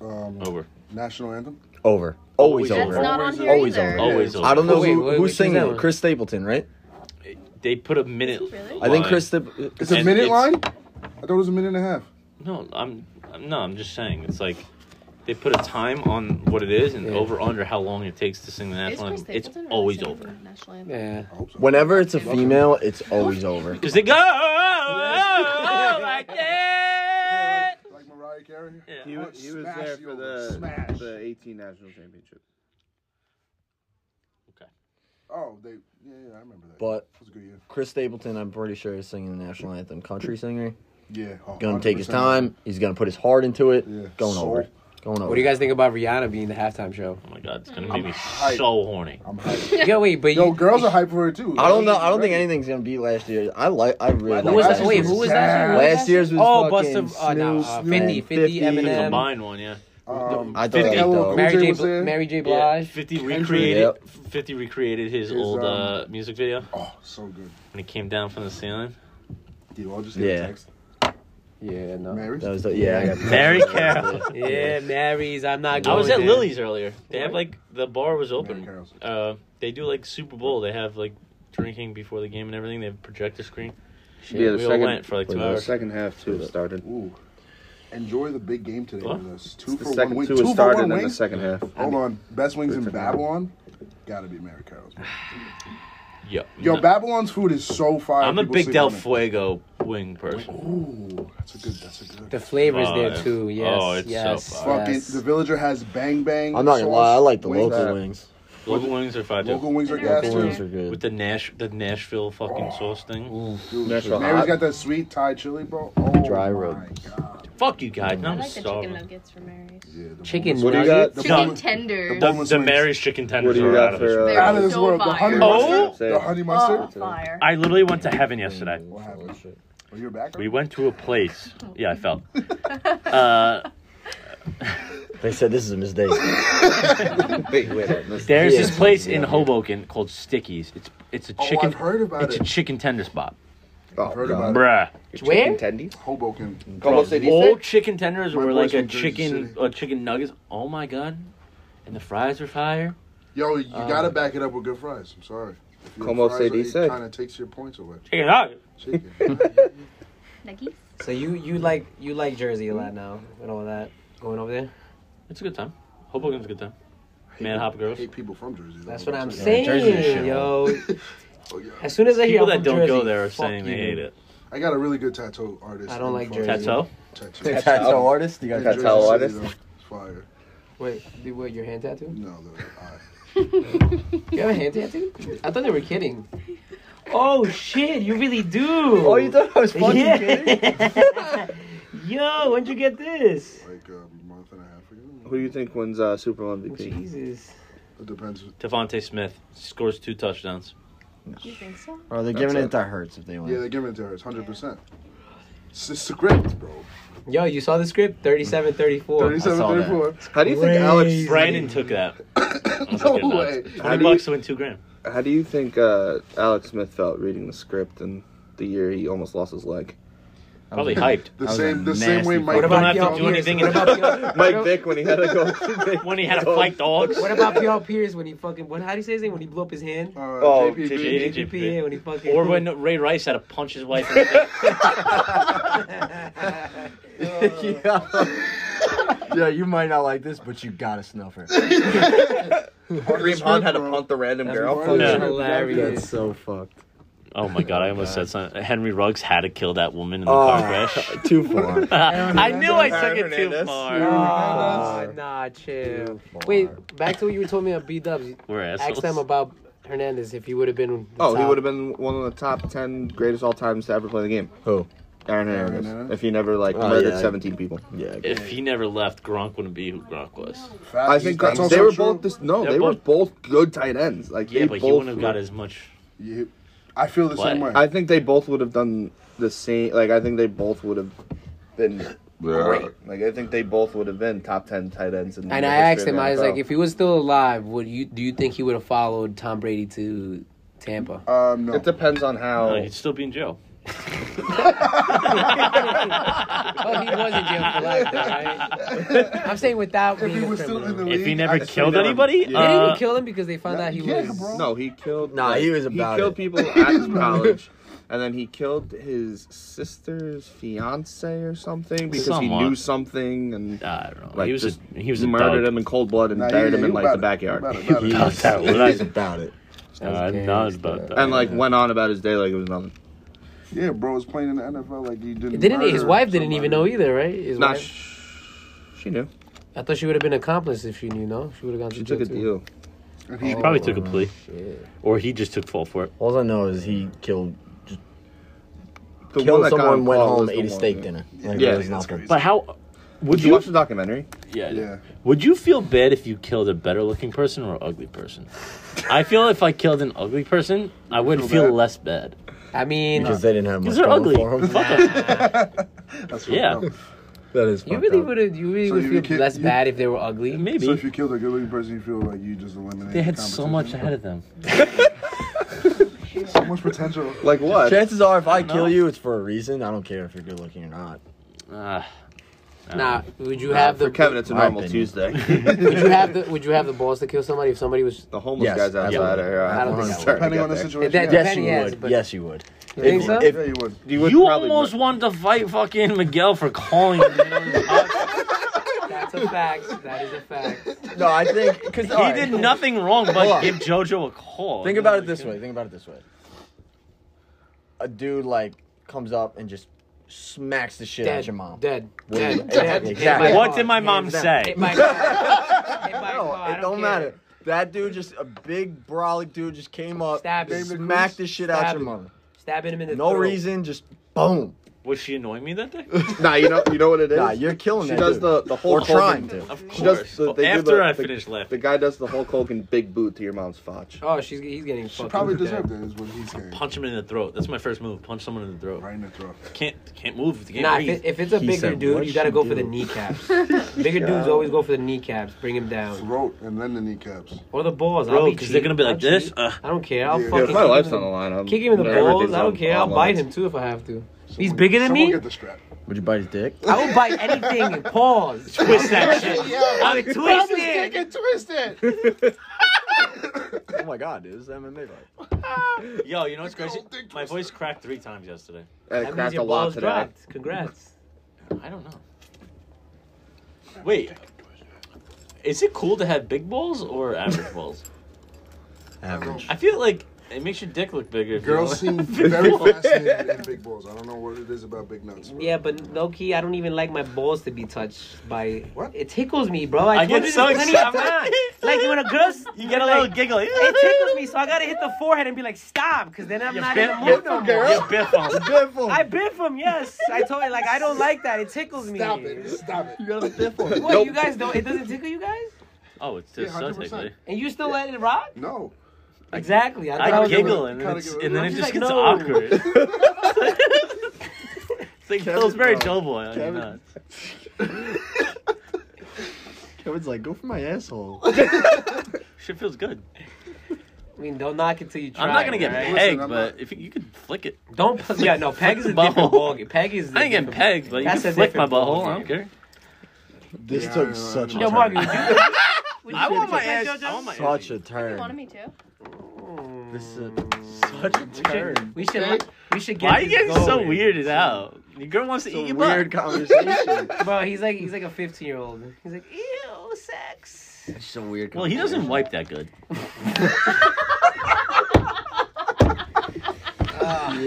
S6: um,
S1: Over.
S6: national anthem?
S3: over, always
S1: That's
S3: over.
S5: That's not on
S6: Always
S5: here
S3: always
S5: either.
S3: over.
S1: Always over.
S3: I don't know
S2: Wait,
S3: who,
S2: wait,
S3: who's
S2: wait,
S3: singing
S2: who's that
S3: it.
S2: one?
S3: Chris Stapleton, right?
S1: They put a minute.
S5: really?
S3: I
S1: line.
S3: think Chris. Stap-
S6: It's a
S1: And
S6: minute
S1: it's-
S6: line. I thought it was a minute and a half.
S1: No, I'm. I'm- No, I'm just saying. It's like they put a time on what it is and
S2: Yeah.
S1: over under how long it takes to sing the
S5: Is
S1: national
S5: Chris
S1: anthem. It's
S5: Stapleton really
S1: always
S5: singing
S1: over
S5: the National anthem?
S2: Yeah.
S6: I hope so.
S3: Whenever it's a female, it's always over.
S1: because they go like that.
S6: Like Mariah Carey.
S1: Yeah.
S4: He,
S6: I
S4: wa-
S6: would
S4: he was
S6: smash
S4: there
S6: you
S4: for
S6: over.
S4: the
S6: Smash.
S4: the 18 national championship.
S6: Oh, they. Yeah, yeah, I remember that.
S3: But
S6: it was a good year.
S3: Chris Stapleton, I'm pretty sure, is singing the national anthem. Country singer.
S6: Yeah. oh,
S3: Gonna take his
S6: 100%.
S3: time. He's gonna put his heart into it.
S6: Yeah.
S3: Going
S6: Soul.
S3: over. Going over.
S2: What do you guys think about Rihanna being the halftime show?
S1: Oh my god, it's gonna make me so horny.
S6: I'm hyped.
S2: Yo, wait, but
S6: Yo,
S2: you,
S6: girls are hyped for it too.
S3: I don't know. I don't think anything's gonna beat last year. I like. I really.
S2: who
S3: like
S2: was
S3: last
S2: that? Wait,
S3: year's.
S2: who was
S6: Yeah.
S2: that? Who was
S3: Last
S2: that?
S3: year's was
S2: Oh,
S3: fucking
S2: Busta- uh, no,
S3: Snoop,
S2: uh,
S3: Snoop,
S2: Fendi, Fendi, Eminem.
S1: Combined one, yeah.
S6: Um,
S3: I thought
S1: 50.
S3: that was dope.
S6: Mary-
S2: Mary
S6: J
S2: J.
S6: was there?
S2: Bl- Mary J.
S1: Yeah,
S2: Blige.
S1: Fifty
S6: Kendrick.
S1: recreated.
S3: Yep.
S1: Fifty recreated his,
S6: His,
S1: old uh,
S6: um,
S1: music video
S6: oh, so good.
S1: when he came down from the ceiling.
S6: Dude, I'll just get a
S3: Yeah.
S6: text.
S2: Yeah, no.
S6: Mary?
S3: That was dope. Yeah. I got-
S1: Mary Carol.
S2: Yeah, Mary's. I'm not
S1: I
S2: going.
S1: was at
S2: there.
S1: Lily's earlier. They have like the bar was
S6: Mary
S1: open.
S6: Carol's.
S1: Uh, they do like Super Bowl. They have like drinking before the game and everything. They have a projector screen.
S4: Yeah, the
S1: we all
S4: second
S1: went for like two
S4: the
S1: hours.
S4: second half too started.
S6: Ooh. Enjoy the big game today
S1: What?
S6: with us. Two
S4: The
S6: for one
S4: second
S6: wing.
S4: two
S6: Two
S4: was
S6: for
S4: started
S6: one
S4: in the
S6: wings.
S4: second half.
S6: Hold on. Best wings in
S4: Good for me.
S6: Babylon? Gotta be Mary Carol's.
S1: Yo,
S6: Yo,
S1: no.
S6: Babylon's food is so fire.
S1: I'm a
S6: people
S1: big
S6: sleep
S1: Del
S6: on it.
S1: Fuego wing person.
S6: Ooh, that's a good. That's a good.
S2: The flavors there
S1: Five.
S2: too. Yes.
S1: Oh, it's so
S2: yes,
S1: five.
S6: Fucking
S2: yes.
S6: the villager has bang bang.
S3: I'm not gonna
S6: sauce,
S3: lie. I like the local
S4: that?
S3: wings.
S1: Local wings are fine.
S6: Local
S1: too.
S6: wings are
S5: Local
S6: gas
S3: Local
S6: too.
S3: wings are
S1: With
S3: good.
S1: the Nash, the Nashville fucking sauce thing.
S6: Dude,
S4: Nashville
S6: Mary's
S4: hot.
S6: got that sweet Thai chili, bro. Oh
S3: Dry
S6: my
S3: rub.
S6: God.
S1: Fuck you guys. No,
S5: I
S1: I'm
S5: like the chicken
S1: starving.
S5: nuggets from Mary's.
S6: Yeah, the
S2: Chicken
S6: boneless-
S4: What do you
S2: nugget?
S6: the
S1: Chicken
S5: Chicken
S6: boneless-
S5: tenders.
S6: the-
S1: The, the Mary's chicken
S4: What
S1: tenders
S4: do you
S1: are out
S4: got
S1: of this.
S4: for?
S5: They're
S6: Out
S4: Uh,
S6: of this
S5: so
S6: world. The
S5: fire.
S6: honey
S1: Oh!
S6: mustard. The honey
S5: Oh,
S6: mustard.
S5: fire.
S1: I literally went to heaven yesterday.
S6: What happened? Are you back?
S1: We went to a place. Yeah, I felt. Uh,
S3: They said this is a mistake.
S4: wait, wait. I missed-
S1: there's this
S3: Yeah.
S1: place in Hoboken called Stickies. It's it's a
S6: Oh,
S1: chicken.
S6: I've heard about
S1: it's
S6: it.
S1: a chicken tender spot.
S4: Oh,
S6: heard
S4: God.
S6: about it.
S1: Bruh.
S2: Where?
S4: Chicken tendies?
S6: Hoboken.
S4: Como se
S1: Old
S4: dice?
S1: chicken tenders
S6: My
S1: were like
S6: boy's
S1: a
S6: from Jersey
S1: chicken
S6: City.
S1: uh, chicken nuggets. Oh my god. And the fries were fire.
S6: Yo, you gotta back it up with good fries. I'm sorry. If your
S4: Como
S6: fries
S4: se
S6: are- it
S4: dice?
S6: Kinda takes your points away.
S1: Chicken nuggets.
S6: Chicken.
S5: Nuggies?
S2: So you you like you like Jersey a lot now with all that going over there.
S1: It's a good time. Hoboken's a good time. Man hop girls.
S6: hate people from Jersey. though.
S2: That's what I'm
S6: Yeah.
S2: saying,
S1: Jersey is shit.
S2: yo.
S6: Oh, yeah.
S2: As soon as I hear
S1: People
S2: I'm
S1: that
S2: from
S1: don't go
S2: Jersey,
S1: there are
S2: fuck
S1: saying
S2: you.
S1: they hate it.
S6: I got a really good tattoo artist.
S2: I don't
S6: in
S2: like
S6: fucking-
S2: Jersey.
S1: Tattoo?
S6: Tattoo.
S3: Tattoo artist. You
S6: In
S3: guys
S6: Jersey
S4: Tattoo
S6: City,
S4: artist?
S6: though. It's Fire.
S2: Wait, do what your hand tattoo?
S6: No, the eye.
S2: You have a hand tattoo? I thought they were kidding. Oh shit, you really do. Oh,
S3: thought I was
S2: yeah. Yo, when'd you get this?
S6: like a month and a half ago.
S4: Who do you think wins uh, Super Bowl MVP?
S2: Jesus.
S6: It depends.
S1: Devontae Smith scores two touchdowns.
S5: You think so?
S3: Are they giving
S6: That's
S3: it to Hurts if they
S6: Yeah,
S3: win?
S6: they're giving it to her. It's hundred percent. It's the script, bro.
S2: Yo, you saw the script? 37 34.
S3: I saw that.
S6: 37-34.
S4: How do you think Alex?
S2: Crazy.
S1: Brandon took that.
S6: No
S4: How
S6: way.
S1: Twenty
S4: do you,
S1: bucks to win two grand.
S4: how do you think uh, Alex Smith felt reading the script and the year he almost lost his leg?
S1: Probably hyped.
S6: The
S3: That was a
S6: same, the same
S3: nasty
S6: way
S3: fuck.
S6: Mike.
S1: What about
S6: Mike
S1: I have to
S6: Young
S1: do
S6: is.
S1: anything?
S2: What about Pierre-
S4: Mike Vick when he had to go.
S1: When he had to fight dogs.
S2: What about Pierre Pierce when he fucking what? How do you say his name when he blew up his hand?
S6: Uh,
S4: Oh,
S6: JPP.
S1: JPP.
S2: GPA when he fucking.
S1: Or when Ray Rice had to punch his wife in the face.
S3: Yeah, you might not like this, but you gotta snuff her.
S4: Kareem Hunt had to punt the random
S2: fucking
S4: barrel.
S1: Yeah.
S3: That's
S2: hilarious.
S3: so fucked.
S1: Oh my god, I almost said something. Henry Ruggs had to kill that woman in the
S3: Oh.
S1: car crash.
S3: Too far.
S1: I knew I took
S4: Aaron
S1: it too
S4: Hernandez.
S1: far.
S2: Aw, nah, chill. Wait, back to what you told me on B Dubs.
S1: We're
S2: Ask them
S1: assholes.
S2: about Hernandez if he would have been. The
S4: Oh, he
S2: top.
S4: would have been one of the top ten greatest all times to ever play the game.
S3: Who?
S4: Aaron
S6: Hernandez.
S4: Hernandez. If he never like
S3: Oh,
S4: murdered
S3: yeah.
S4: seventeen people.
S3: Yeah.
S1: If he never left, Gronk wouldn't be who Gronk was.
S6: Facts.
S4: I think
S6: That's
S4: that-
S6: also
S4: they were
S6: true.
S4: both this, no,
S1: They're
S4: they were
S1: both-
S4: both good tight ends. Like
S1: Yeah,
S4: they
S1: but
S4: both
S1: he wouldn't have
S4: were-
S1: got as much.
S6: Yeah. I feel the same way.
S1: What?
S4: I think they both would have done the same. Like I think they both would have been great. Like I think they both would have been top ten tight ends. In the
S2: And I
S4: history
S2: asked
S4: of
S2: him,
S4: the
S2: I was
S4: NFL.
S2: like, if he was still alive, would you do you think he would have followed Tom Brady to Tampa?
S6: Um, no.
S4: it depends on how.
S1: No, Uh, he'd still be in jail.
S2: Oh, he was in jail for life, though, right? I'm saying without
S6: if
S2: being
S6: he
S2: a
S6: was still in the
S2: criminal.
S6: league,
S1: If he never
S4: I-
S1: killed
S4: I-
S1: anybody,
S4: Yeah.
S2: They didn't
S1: uh,
S2: even kill him because they found out he
S6: yeah,
S2: was.
S6: bro.
S4: No, he killed.
S3: Nah, he was about
S4: He killed
S3: it.
S4: people at college, and then he killed his sister's fiance or something because
S1: Someone.
S4: he knew something and
S1: I don't know.
S4: like
S1: he was
S4: just
S1: a, he was a
S4: murdered
S1: dog.
S4: him in cold blood and
S6: Nah,
S4: buried
S6: yeah,
S4: him in
S6: you
S4: like the
S6: about it. You
S4: backyard.
S6: about it, about it.
S1: Not that
S3: He
S1: one.
S3: was about it.
S1: Uh,
S2: gay.
S1: no, it's about that.
S4: And like went on about his day like it was nothing.
S6: Yeah, bro, it's playing in the NFL like he didn't.
S2: Didn't his
S6: murder
S2: wife didn't even know
S6: somebody.
S2: either, right? His
S4: Nah,
S2: wife-
S4: sh- she knew.
S2: I thought she would have been accomplice if she knew. No, she would have gone to
S4: She took a
S2: jail, too.
S4: deal.
S6: And he-
S1: probably took a plea, or he just took fall for it.
S3: All I know is he killed
S4: The
S3: killed
S4: that got
S3: someone,
S4: him
S3: went
S4: caught
S3: home,
S4: was the
S3: ate a
S4: one,
S3: steak
S4: yeah.
S3: dinner. Like,
S4: Yeah,
S3: that was
S4: that's
S3: not good.
S1: But how? Would
S4: Did you watch the documentary?
S1: Yeah. I did.
S6: Yeah.
S1: Would you feel bad if you killed a better looking person or ugly person? I feel if I killed an ugly person, I would feel,
S6: feel bad.
S1: less bad.
S2: I mean,
S3: Because they didn't have much
S1: Because they're
S3: going
S1: ugly.
S3: for 'em.
S1: Fuck 'em.
S6: That's
S1: Yeah.
S6: fucked up.
S3: That is
S2: you
S3: fucked
S2: really
S3: up.
S2: would have. You really
S6: So
S2: would
S6: you
S2: feel
S6: kid-
S2: less
S6: you-
S2: bad if they were ugly.
S1: Maybe.
S6: So if you killed a good-looking person, you feel like you just eliminated.
S1: they had
S6: the
S1: so
S6: competition.
S1: much ahead of them.
S6: so much potential.
S4: Like what?
S3: Chances are, if I
S1: No.
S3: kill you, it's for a reason. I don't care if you're good looking or not.
S1: Ah, I don't
S2: Nah,
S1: know.
S2: would you
S4: Uh,
S2: have
S4: for
S2: the
S4: Kevin, it's a
S3: my
S4: normal
S3: opinion.
S4: Tuesday.
S2: Would you have the Would you have the balls to kill somebody if somebody was?
S4: the homeless
S3: Yes,
S4: guys outside
S3: absolutely.
S4: are here.
S2: I don't think I
S4: I'm
S2: would.
S4: starting to
S6: Depending
S4: get
S6: on the
S4: there.
S6: situation.
S2: That-
S6: yeah.
S3: Yes, you
S2: Depending, yes,
S3: would.
S2: but-
S3: Yes, you would.
S2: You think so?
S6: Yeah, you would.
S1: You,
S4: would probably
S1: almost
S4: not-
S1: wanted to fight fucking Miguel for calling him. in on the podcast.
S2: That's a fact. That is a fact.
S3: No, I think because
S1: he did nothing wrong
S3: Hold
S1: but
S3: on.
S1: give JoJo a call.
S3: Think about it this way. Think about it this way. A dude like comes up and just smacks the shit out
S2: Dead.
S3: of your mom.
S2: Dead.
S3: What do you-
S2: Dead.
S3: Exactly,
S2: Dead.
S3: exactly.
S2: Hit my
S1: What
S2: car.
S1: did my mom
S3: Hands down.
S1: say?
S2: Hit my car. Hit my
S3: No,
S2: car. I
S3: it don't
S2: care.
S3: matter. That dude just a big brolic dude just came up,
S2: Stabbed him.
S3: smacked the shit out
S2: Stabbed
S3: your
S2: him.
S3: mother.
S2: Stabbing him in the
S3: No
S2: throat.
S3: reason, just boom.
S1: Was she annoying me that day?
S4: Nah, you know, you know what it is.
S3: Nah, you're killing
S4: She
S3: that
S4: does
S3: dude.
S4: the the whole
S3: Or trying
S4: Hogan-
S3: to.
S1: Of course.
S4: She does the-
S1: Well,
S4: they do
S1: after
S4: the-
S1: I
S4: the-
S1: finished
S4: The
S1: laughing.
S4: guy does the Hulk Hogan big boot to your mom's fotch.
S2: Oh, she's he's getting fucked.
S6: Probably
S2: dead.
S6: deserved it, is what he's saying.
S1: Punch him in the throat. That's my first move. Punch someone in the throat.
S6: Right in the throat.
S1: Can't can't move. Can't
S2: Nah, if,
S1: breathe.
S2: it, if it's a
S3: He
S2: bigger
S3: said,
S2: dude,
S3: "What
S2: you gotta
S3: she
S2: go for the
S3: do?"
S2: kneecaps. Bigger dudes always go for the kneecaps. Bring him down.
S6: Throat and then the kneecaps.
S2: Or the balls. I'll
S1: Bro,
S2: be
S1: 'cause they're
S2: cheap.
S1: gonna be like
S2: I'll
S1: this,
S2: cheat.
S1: uh.
S2: I don't care. I'll
S6: Yeah,
S4: Yeah,
S2: fucking
S4: if my
S2: kick
S4: life's
S2: him
S4: on
S2: in
S4: the line. I'm,
S2: Kick him in the
S4: everything's
S2: balls. I
S4: on-
S2: don't care. I'll
S4: on
S2: bite
S4: limits.
S2: him too if I have to. He's
S6: Someone-
S2: bigger than
S6: someone
S2: me.
S6: get the strap.
S3: Would you bite his dick?
S2: I will bite anything. Pause.
S1: twist that shit. I would twist it.
S6: twisted.
S3: oh my god, dude, this is MMA fight.
S1: Yo, you know what's crazy? My voice cracked three times yesterday.
S4: And it
S2: That means
S4: cracked a
S2: your
S4: lot
S2: balls
S4: today.
S2: dropped. Congrats.
S1: I don't know. Wait, is it cool to have big balls or average balls?
S3: Average.
S1: I feel like it makes your dick look bigger. if you
S6: Girls
S1: don't-
S6: seem very fascinated at big balls. I don't know what it is about big nuts. bro.
S2: Yeah, but low key, I don't even like my balls to be touched by.
S6: What?
S2: It tickles me, bro. I,
S1: I
S2: told
S1: get
S2: you this
S1: so
S2: plenty of
S1: excited.
S2: times. Like when a girl's,
S1: You get a
S2: like,
S1: little giggle.
S2: It tickles me, so I gotta hit the forehead and be like, stop, because then I'm
S1: You
S2: not in
S1: bit-
S2: the
S1: you
S2: mood no more.
S1: You biff 'em.
S3: Beautiful.
S2: I biff him, yes. I told you, like, I don't like that. It tickles me.
S6: Stop it. Stop it.
S2: What, you guys don't? It doesn't tickle you guys?
S1: Oh, it's just
S6: Yeah,
S1: so
S6: 100%.
S1: tickly.
S2: And you still let it rock?
S6: No.
S2: Exactly. I, thought
S1: I
S2: was gonna-
S1: giggle and,
S6: kinda
S1: it's,
S6: give it-
S1: and then it
S2: She's
S1: just
S2: like,
S1: gets
S2: no.
S1: awkward. it's like Pillsbury Doughboy. I mean,
S3: Kevin-
S1: uh,
S3: Kevin's like, go for my asshole.
S1: shit feels good.
S2: I mean, don't knock it till you try.
S1: I'm not gonna get
S2: right?
S6: Listen,
S1: pegged,
S6: I'm
S1: but
S6: not-
S1: if you, you could flick it,
S2: Don't. Put, yeah, no. Peg is a
S1: Bubble.
S2: different ballgame. Peg is.
S1: I ain't getting
S2: different-
S1: pegged, but you
S2: That's
S1: can
S2: a
S1: flick my
S2: different
S1: butthole.
S2: ballgame.
S1: I don't care.
S3: This
S6: Yeah, I
S3: took
S6: know,
S3: such
S6: I
S3: a
S6: know.
S2: Yo,
S6: Yo,
S2: Mark, would
S3: turn.
S2: you? would you
S1: I want
S2: suck
S1: my ass.
S2: JoJo?
S1: I want my
S3: Such a
S1: ass.
S5: You wanted
S3: turn.
S5: me to.
S3: This is such a turn.
S2: We should. We should get.
S1: Why are you
S2: this
S1: getting so
S2: going.
S1: weirded out? Your girl wants to eat
S3: It's a
S1: your
S3: weird
S1: butt.
S3: conversation.
S2: Bro, he's like he's like a 15 year old. He's like, ew, sex.
S3: It's just a weird.
S1: Well, he doesn't wipe that good.
S3: Yo,
S6: No,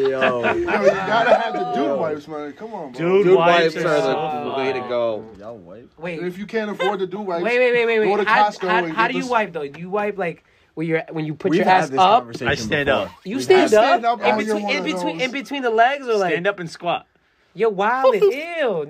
S6: you gotta have the dude wipes, man. Come on, bro.
S1: Dude
S4: Dude
S1: wipes
S4: wipes
S1: are
S4: are the
S1: so
S4: way to
S1: wild.
S4: go.
S3: y'all wipe.
S2: Wait,
S6: And
S2: wait,
S6: if you can't afford the dude wipes,
S2: wait, wait, wait,
S6: Go
S2: wait.
S6: to
S2: How,
S6: Costco
S2: how,
S6: and
S2: how
S6: get
S2: do you
S6: this-
S2: wipe though? Do you wipe like when you're when you put
S3: We've
S2: your
S3: had
S2: ass
S3: this
S2: up?
S3: conversation
S1: I stand
S3: before.
S1: up.
S2: You
S3: We've
S2: stand,
S3: had-
S6: stand
S2: up,
S6: up
S2: in
S6: on your
S2: between,
S6: one
S2: in
S6: of
S2: between,
S6: those.
S2: in between the legs, or like
S1: Stand up and squat.
S2: you're wild and ew. No,
S6: Nah,
S3: no,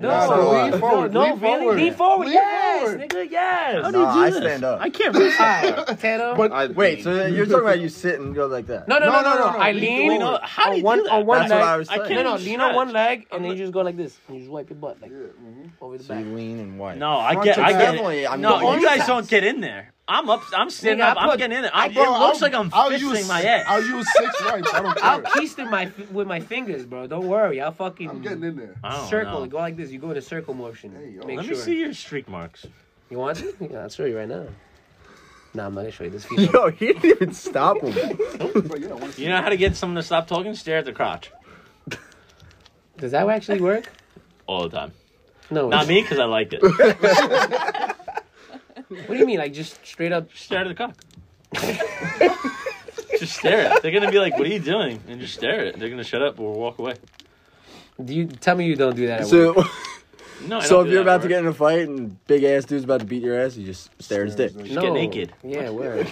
S2: no,
S3: lean
S2: no,
S6: forward,
S2: no,
S6: lean
S2: really,
S6: forward.
S2: lean forward,
S6: Lean
S2: yes,
S6: forward.
S2: nigga, yes.
S1: How do you
S3: Nah,
S1: do
S3: I
S1: this?
S3: stand up.
S1: I can't reach that.
S2: Alright, Tanner.
S6: But
S4: I
S3: Wait, so you're talking about you sit and go like that?
S2: no, no, no, no, no,
S6: no,
S2: I
S6: lean
S2: lean
S1: Lean on- How do
S2: on
S1: you
S2: one
S1: do that?
S2: on one
S3: That's
S2: leg.
S3: what I was
S1: I
S3: saying.
S2: No,
S1: can't
S2: no,
S1: even
S2: lean on one
S1: stretch.
S2: leg, and then you just go like this, and you just wipe your butt like
S6: mm-hmm.
S2: over the
S3: So
S2: back.
S3: you lean and wipe.
S1: No, I
S6: Front
S1: get.
S6: to
S1: I get.
S3: definitely,
S1: It.
S3: I'm
S1: No,
S3: not-
S1: you
S2: Only
S1: guys
S2: sides.
S1: don't get in there. I'm up. I'm standing
S2: Nigga,
S1: up.
S2: I
S1: I'm
S2: put-
S1: getting in there. I,
S2: I- bro,
S1: it looks
S6: I'll-
S1: like I'm
S6: I'll
S1: fisting
S6: use,
S1: my ass.
S6: I'll use six wipes. I don't
S2: I'll
S6: care.
S2: keister my f- with my fingers, bro. Don't worry, I'll fucking
S6: I'm getting in there.
S1: I don't
S2: circle.
S1: know.
S2: Go like this. You go in a circle motion.
S6: Hey, yo.
S2: Make
S1: Let
S2: sure.
S1: me see your streak marks.
S2: You want it? Yeah, I'll show you right now. Nah, I'm not gonna show you this video.
S3: Yo, he didn't even stop him.
S6: But yeah, I wanna see
S1: You know how to get someone to stop talking? Stare at the crotch
S2: Does that actually work?
S1: all the time.
S2: No.
S1: Not
S2: it's-
S1: me, because I liked it.
S2: What do you mean? Like just straight up?
S1: stare at the cock. just stare at it. They're gonna be like, "What are you doing?" And just stare at it. They're gonna shut up or walk away.
S2: Do you tell me you don't do that? At work.
S3: So,
S1: No. I
S3: so
S1: don't
S3: if
S1: do
S3: you're
S1: that
S3: about to get in a fight and big ass dude's about to beat your ass, you just stare at his dick.
S1: just get naked.
S2: Yeah, where?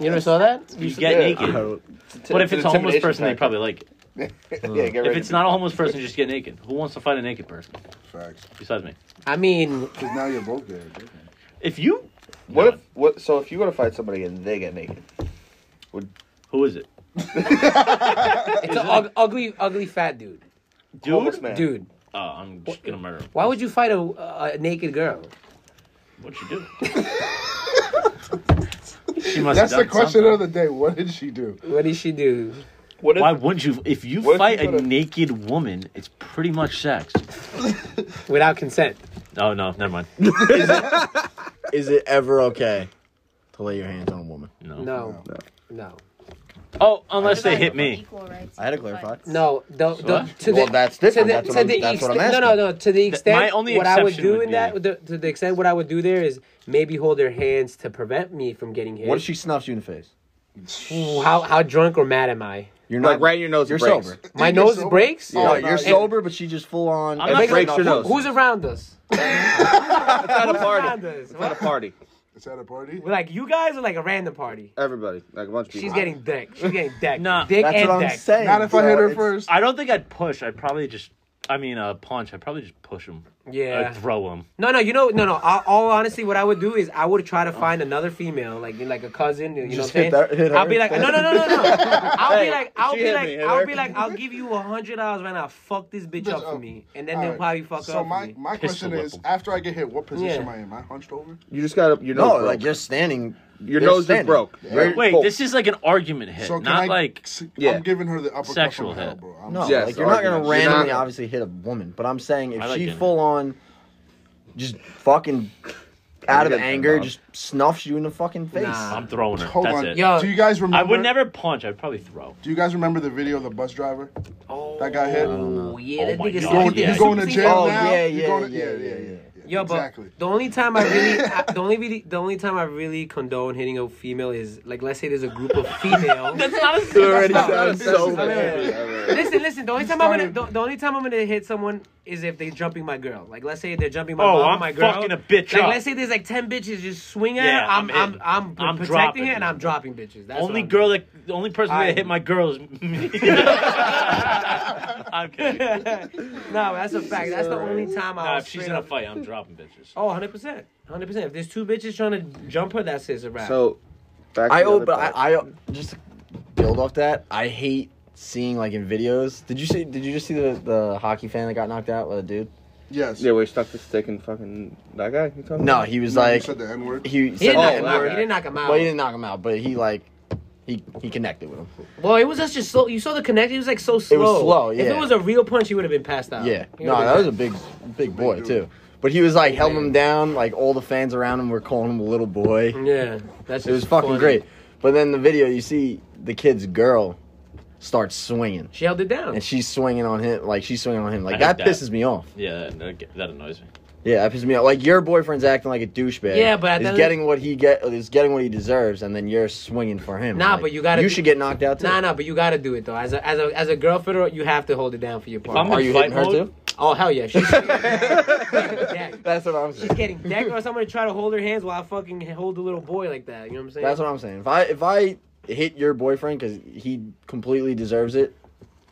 S2: you never saw that?
S1: at work. you get naked.
S3: I don't-
S1: What if it's a homeless person? They probably like it.
S4: yeah, get ready.
S1: If it's not a homeless person, just get naked. Who wants to fight a naked person
S6: Facts.
S1: besides me?
S2: I mean,
S6: Because now you're both gay. okay?
S1: If you,
S4: what
S1: No.
S4: if what? So if you go to fight somebody and they get naked,
S1: who is it,
S2: it's an ug- ugly, ugly fat dude.
S4: homeless
S1: dude?
S4: man.
S2: Dude,
S1: Oh, I'm just gonna murder him.
S2: why would you fight a, a naked girl?
S1: What'd she do? she must. have
S6: That's the
S1: done
S6: question
S1: something.
S6: of the day. What did she do?
S2: What did she do?
S4: What if
S1: Why wouldn't you? If you
S4: What if
S1: fight
S4: you
S1: a
S4: put a-
S1: naked woman, it's pretty much sex.
S2: Without consent.
S1: Oh no, never mind.
S3: Is it ever okay to lay your hands on a woman?
S1: No.
S2: No. No. No.
S1: Oh, unless they hit me.
S3: I had to clarify.
S2: the, the, to
S3: Well,
S2: the,
S3: that's
S2: to
S3: different.
S2: the,
S3: That's
S2: to
S3: what I'm-
S2: the
S3: that's what I'm
S2: extent- No, no, no. To the extent,
S1: my only
S2: what I would
S1: exception
S2: do
S1: would
S2: in that,
S1: be-
S2: the, to the extent, what I would do there is maybe hold their hands to prevent me from getting hit.
S3: What if she snuffs you in the face?
S2: Ooh, how how drunk or mad am I?
S3: You're
S4: Like right in your nose, it
S3: You're
S4: breaks.
S3: sober.
S2: My
S6: get
S2: nose
S6: sober?
S2: breaks.
S3: No,
S4: Yeah.
S2: Oh,
S3: you're
S2: and-
S3: sober, but she just full on.
S1: I'm not
S4: breaks your
S1: gonna-
S4: nose.
S2: Who's around us?
S4: It's at a
S2: around
S4: party?
S2: us?
S4: It's at a party.
S6: It's at a party.
S2: We're like you guys are like a random party.
S4: Everybody, like a bunch of people.
S2: She's getting decked. She's getting decked.
S1: Nah.
S2: dick
S3: That's
S2: and
S3: what I'm
S2: decked.
S3: saying.
S6: Not if I
S4: So
S6: hit her
S4: it's-
S6: first.
S1: I don't think I'd push. I'd probably just. I mean, uh, punch. I'd probably just push him.
S2: Yeah.
S1: I'd throw him.
S2: No, no, you know, no, no. All, all honestly, what I would do is I would try to find another female, like like a cousin. You know
S3: Just
S2: what I'm saying?
S3: hit that- hit her.
S2: I'll be like, no, no, no, no, no. I'll
S4: Hey,
S2: be like, I'll
S4: she
S2: be
S4: hit
S2: like,
S4: me, hit
S2: I'll
S4: her.
S2: be like, I'll give you a hundred dollars right now. Fuck this bitch up for
S6: up.
S2: me, and then
S6: All
S2: they'll
S6: right.
S2: probably fuck
S6: So
S2: up.
S6: my
S2: for me.
S6: my
S1: Pistol
S6: question
S1: whip
S6: is,
S1: 'em.
S6: after I get hit, what position am
S2: Yeah.
S6: I in? Am I hunched over?
S4: You just got to. Your nose
S3: No,
S4: broke.
S3: like you're standing.
S4: your
S3: you're
S4: nose is
S3: standing.
S4: broke.
S3: You're-
S1: Wait,
S4: Both.
S1: this is like an argument hit,
S6: So can
S1: not
S6: I,
S1: like.
S6: s-
S4: Yeah.
S6: I'm giving her the upper
S1: Sexual
S6: hell,
S1: hit.
S6: bro. I'm
S3: No,
S6: sorry.
S4: Yes,
S3: like you're not gonna
S4: argument.
S3: randomly,
S4: You're not-
S3: obviously, hit a woman. But I'm saying if
S1: I like
S3: she
S1: getting
S3: full on, just fucking out of
S4: getting
S3: anger,
S4: turned on.
S3: just snuffs you in the fucking face.
S2: Nah.
S1: I'm throwing her.
S6: Hold
S1: That's
S6: on.
S1: it.
S2: Yo.
S6: Do you guys remember?
S1: I would never punch. I'd probably throw.
S6: Do you guys remember the video of the bus driver?
S2: Oh,
S6: That got hit?
S2: Oh yeah,
S1: Oh
S2: that
S1: my God.
S2: nigga said he
S1: Going-
S2: did
S1: he's
S2: a
S1: going
S6: to
S2: super
S6: jail
S2: secret-
S3: Oh
S6: now,
S3: yeah,
S6: you're
S3: yeah,
S6: going-
S3: yeah,
S6: yeah,
S3: yeah,
S6: yeah,
S3: yeah,
S6: yeah.
S2: Yo, but
S6: Exactly.
S2: the only time I really, I, the only really, the only time I really condone hitting a female is like, let's say there's a group of female.
S1: That's not a.
S4: already sounds so
S2: not-
S4: bad.
S2: listen, listen. The only time I'm gonna, the, the only time I'm gonna hit someone is if they jumping my girl. Like, let's say they're jumping my
S1: Oh,
S2: mom,
S1: I'm
S2: my girl.
S1: fucking a bitch
S2: Like,
S1: up.
S2: let's say there's like ten bitches just swinging.
S1: Yeah,
S2: I'm,
S1: I'm
S2: I'm,
S1: in.
S2: I'm,
S1: I'm
S2: protecting
S1: dropping
S2: it and
S1: bitches.
S2: I'm dropping bitches. That's
S1: Only
S2: what I'm
S1: girl that the only person
S2: I-
S1: that hit my girl is me. I'm kidding.
S2: doing. no, that's a fact. That's the only time I'll.
S1: Nah, if she's
S2: straight
S1: in a
S2: up-
S1: fight, I'm dropping bitches.
S2: Oh, 100 percent, hundred percent. If there's two bitches trying to jump her, that's it, it's a wrap.
S4: So, back to
S3: I
S4: the other
S3: oh, but
S4: part.
S3: I, I just to build off that. I hate seeing like in videos. Did you see? Did you just see the the hockey fan that got knocked out with a dude?
S6: Yes.
S4: Yeah, we stuck the stick in fucking that guy. You talking
S3: No,
S4: about?
S3: he was
S6: No, you
S3: like
S6: said the N word.
S3: he
S2: he
S3: said
S2: didn't, knock
S3: that.
S2: him
S4: oh,
S2: out.
S4: yeah.
S2: he didn't knock him out.
S3: Well, he didn't knock him out, but he like he he connected with him.
S2: Well, it was just just slow. You saw the connect. It was like so slow.
S3: slow,
S2: If it
S3: yeah.
S2: was a real punch, he would have been passed out.
S3: Yeah,
S2: Oh. He
S3: no,
S2: would've
S3: that was
S2: been
S3: a big big boy
S6: dude.
S3: too. But he was like held him down. Like all the fans around him were calling him a little boy.
S2: passed- Yeah, that's.
S3: It was
S2: just
S3: fucking
S2: Mm-hmm. funny.
S3: great. But then the video, you see the kid's girl starts swinging,
S2: She held it down.
S3: and she's swinging on him like she's swinging on him. Like
S1: I hate
S3: that,
S1: that.
S3: pisses me off.
S1: Yeah, that, that annoys me.
S3: Yeah, that pisses me off. Like your boyfriend's acting like a douchebag.
S2: Yeah, but at the
S3: he's
S2: end-
S3: getting what he get. He's getting what he deserves, and then you're swinging for him.
S2: Nah,
S3: Like,
S2: but you gotta
S3: You
S2: be-
S3: should get knocked out too.
S2: Nah, nah, but you gotta do it though. As a as a as a girl fitter, you have to hold it down for your
S1: I'm
S2: partner.
S3: Are
S1: in
S3: you
S1: fight
S3: hitting her
S1: mode,
S3: too?
S2: Oh hell yeah, she's decked.
S3: That's what I'm saying.
S2: She's getting decked or somebody try to hold her hands while I fucking hold the little boy like that. You know what I'm saying?
S3: That's what I'm saying. If I if I hit your boyfriend because he completely deserves it,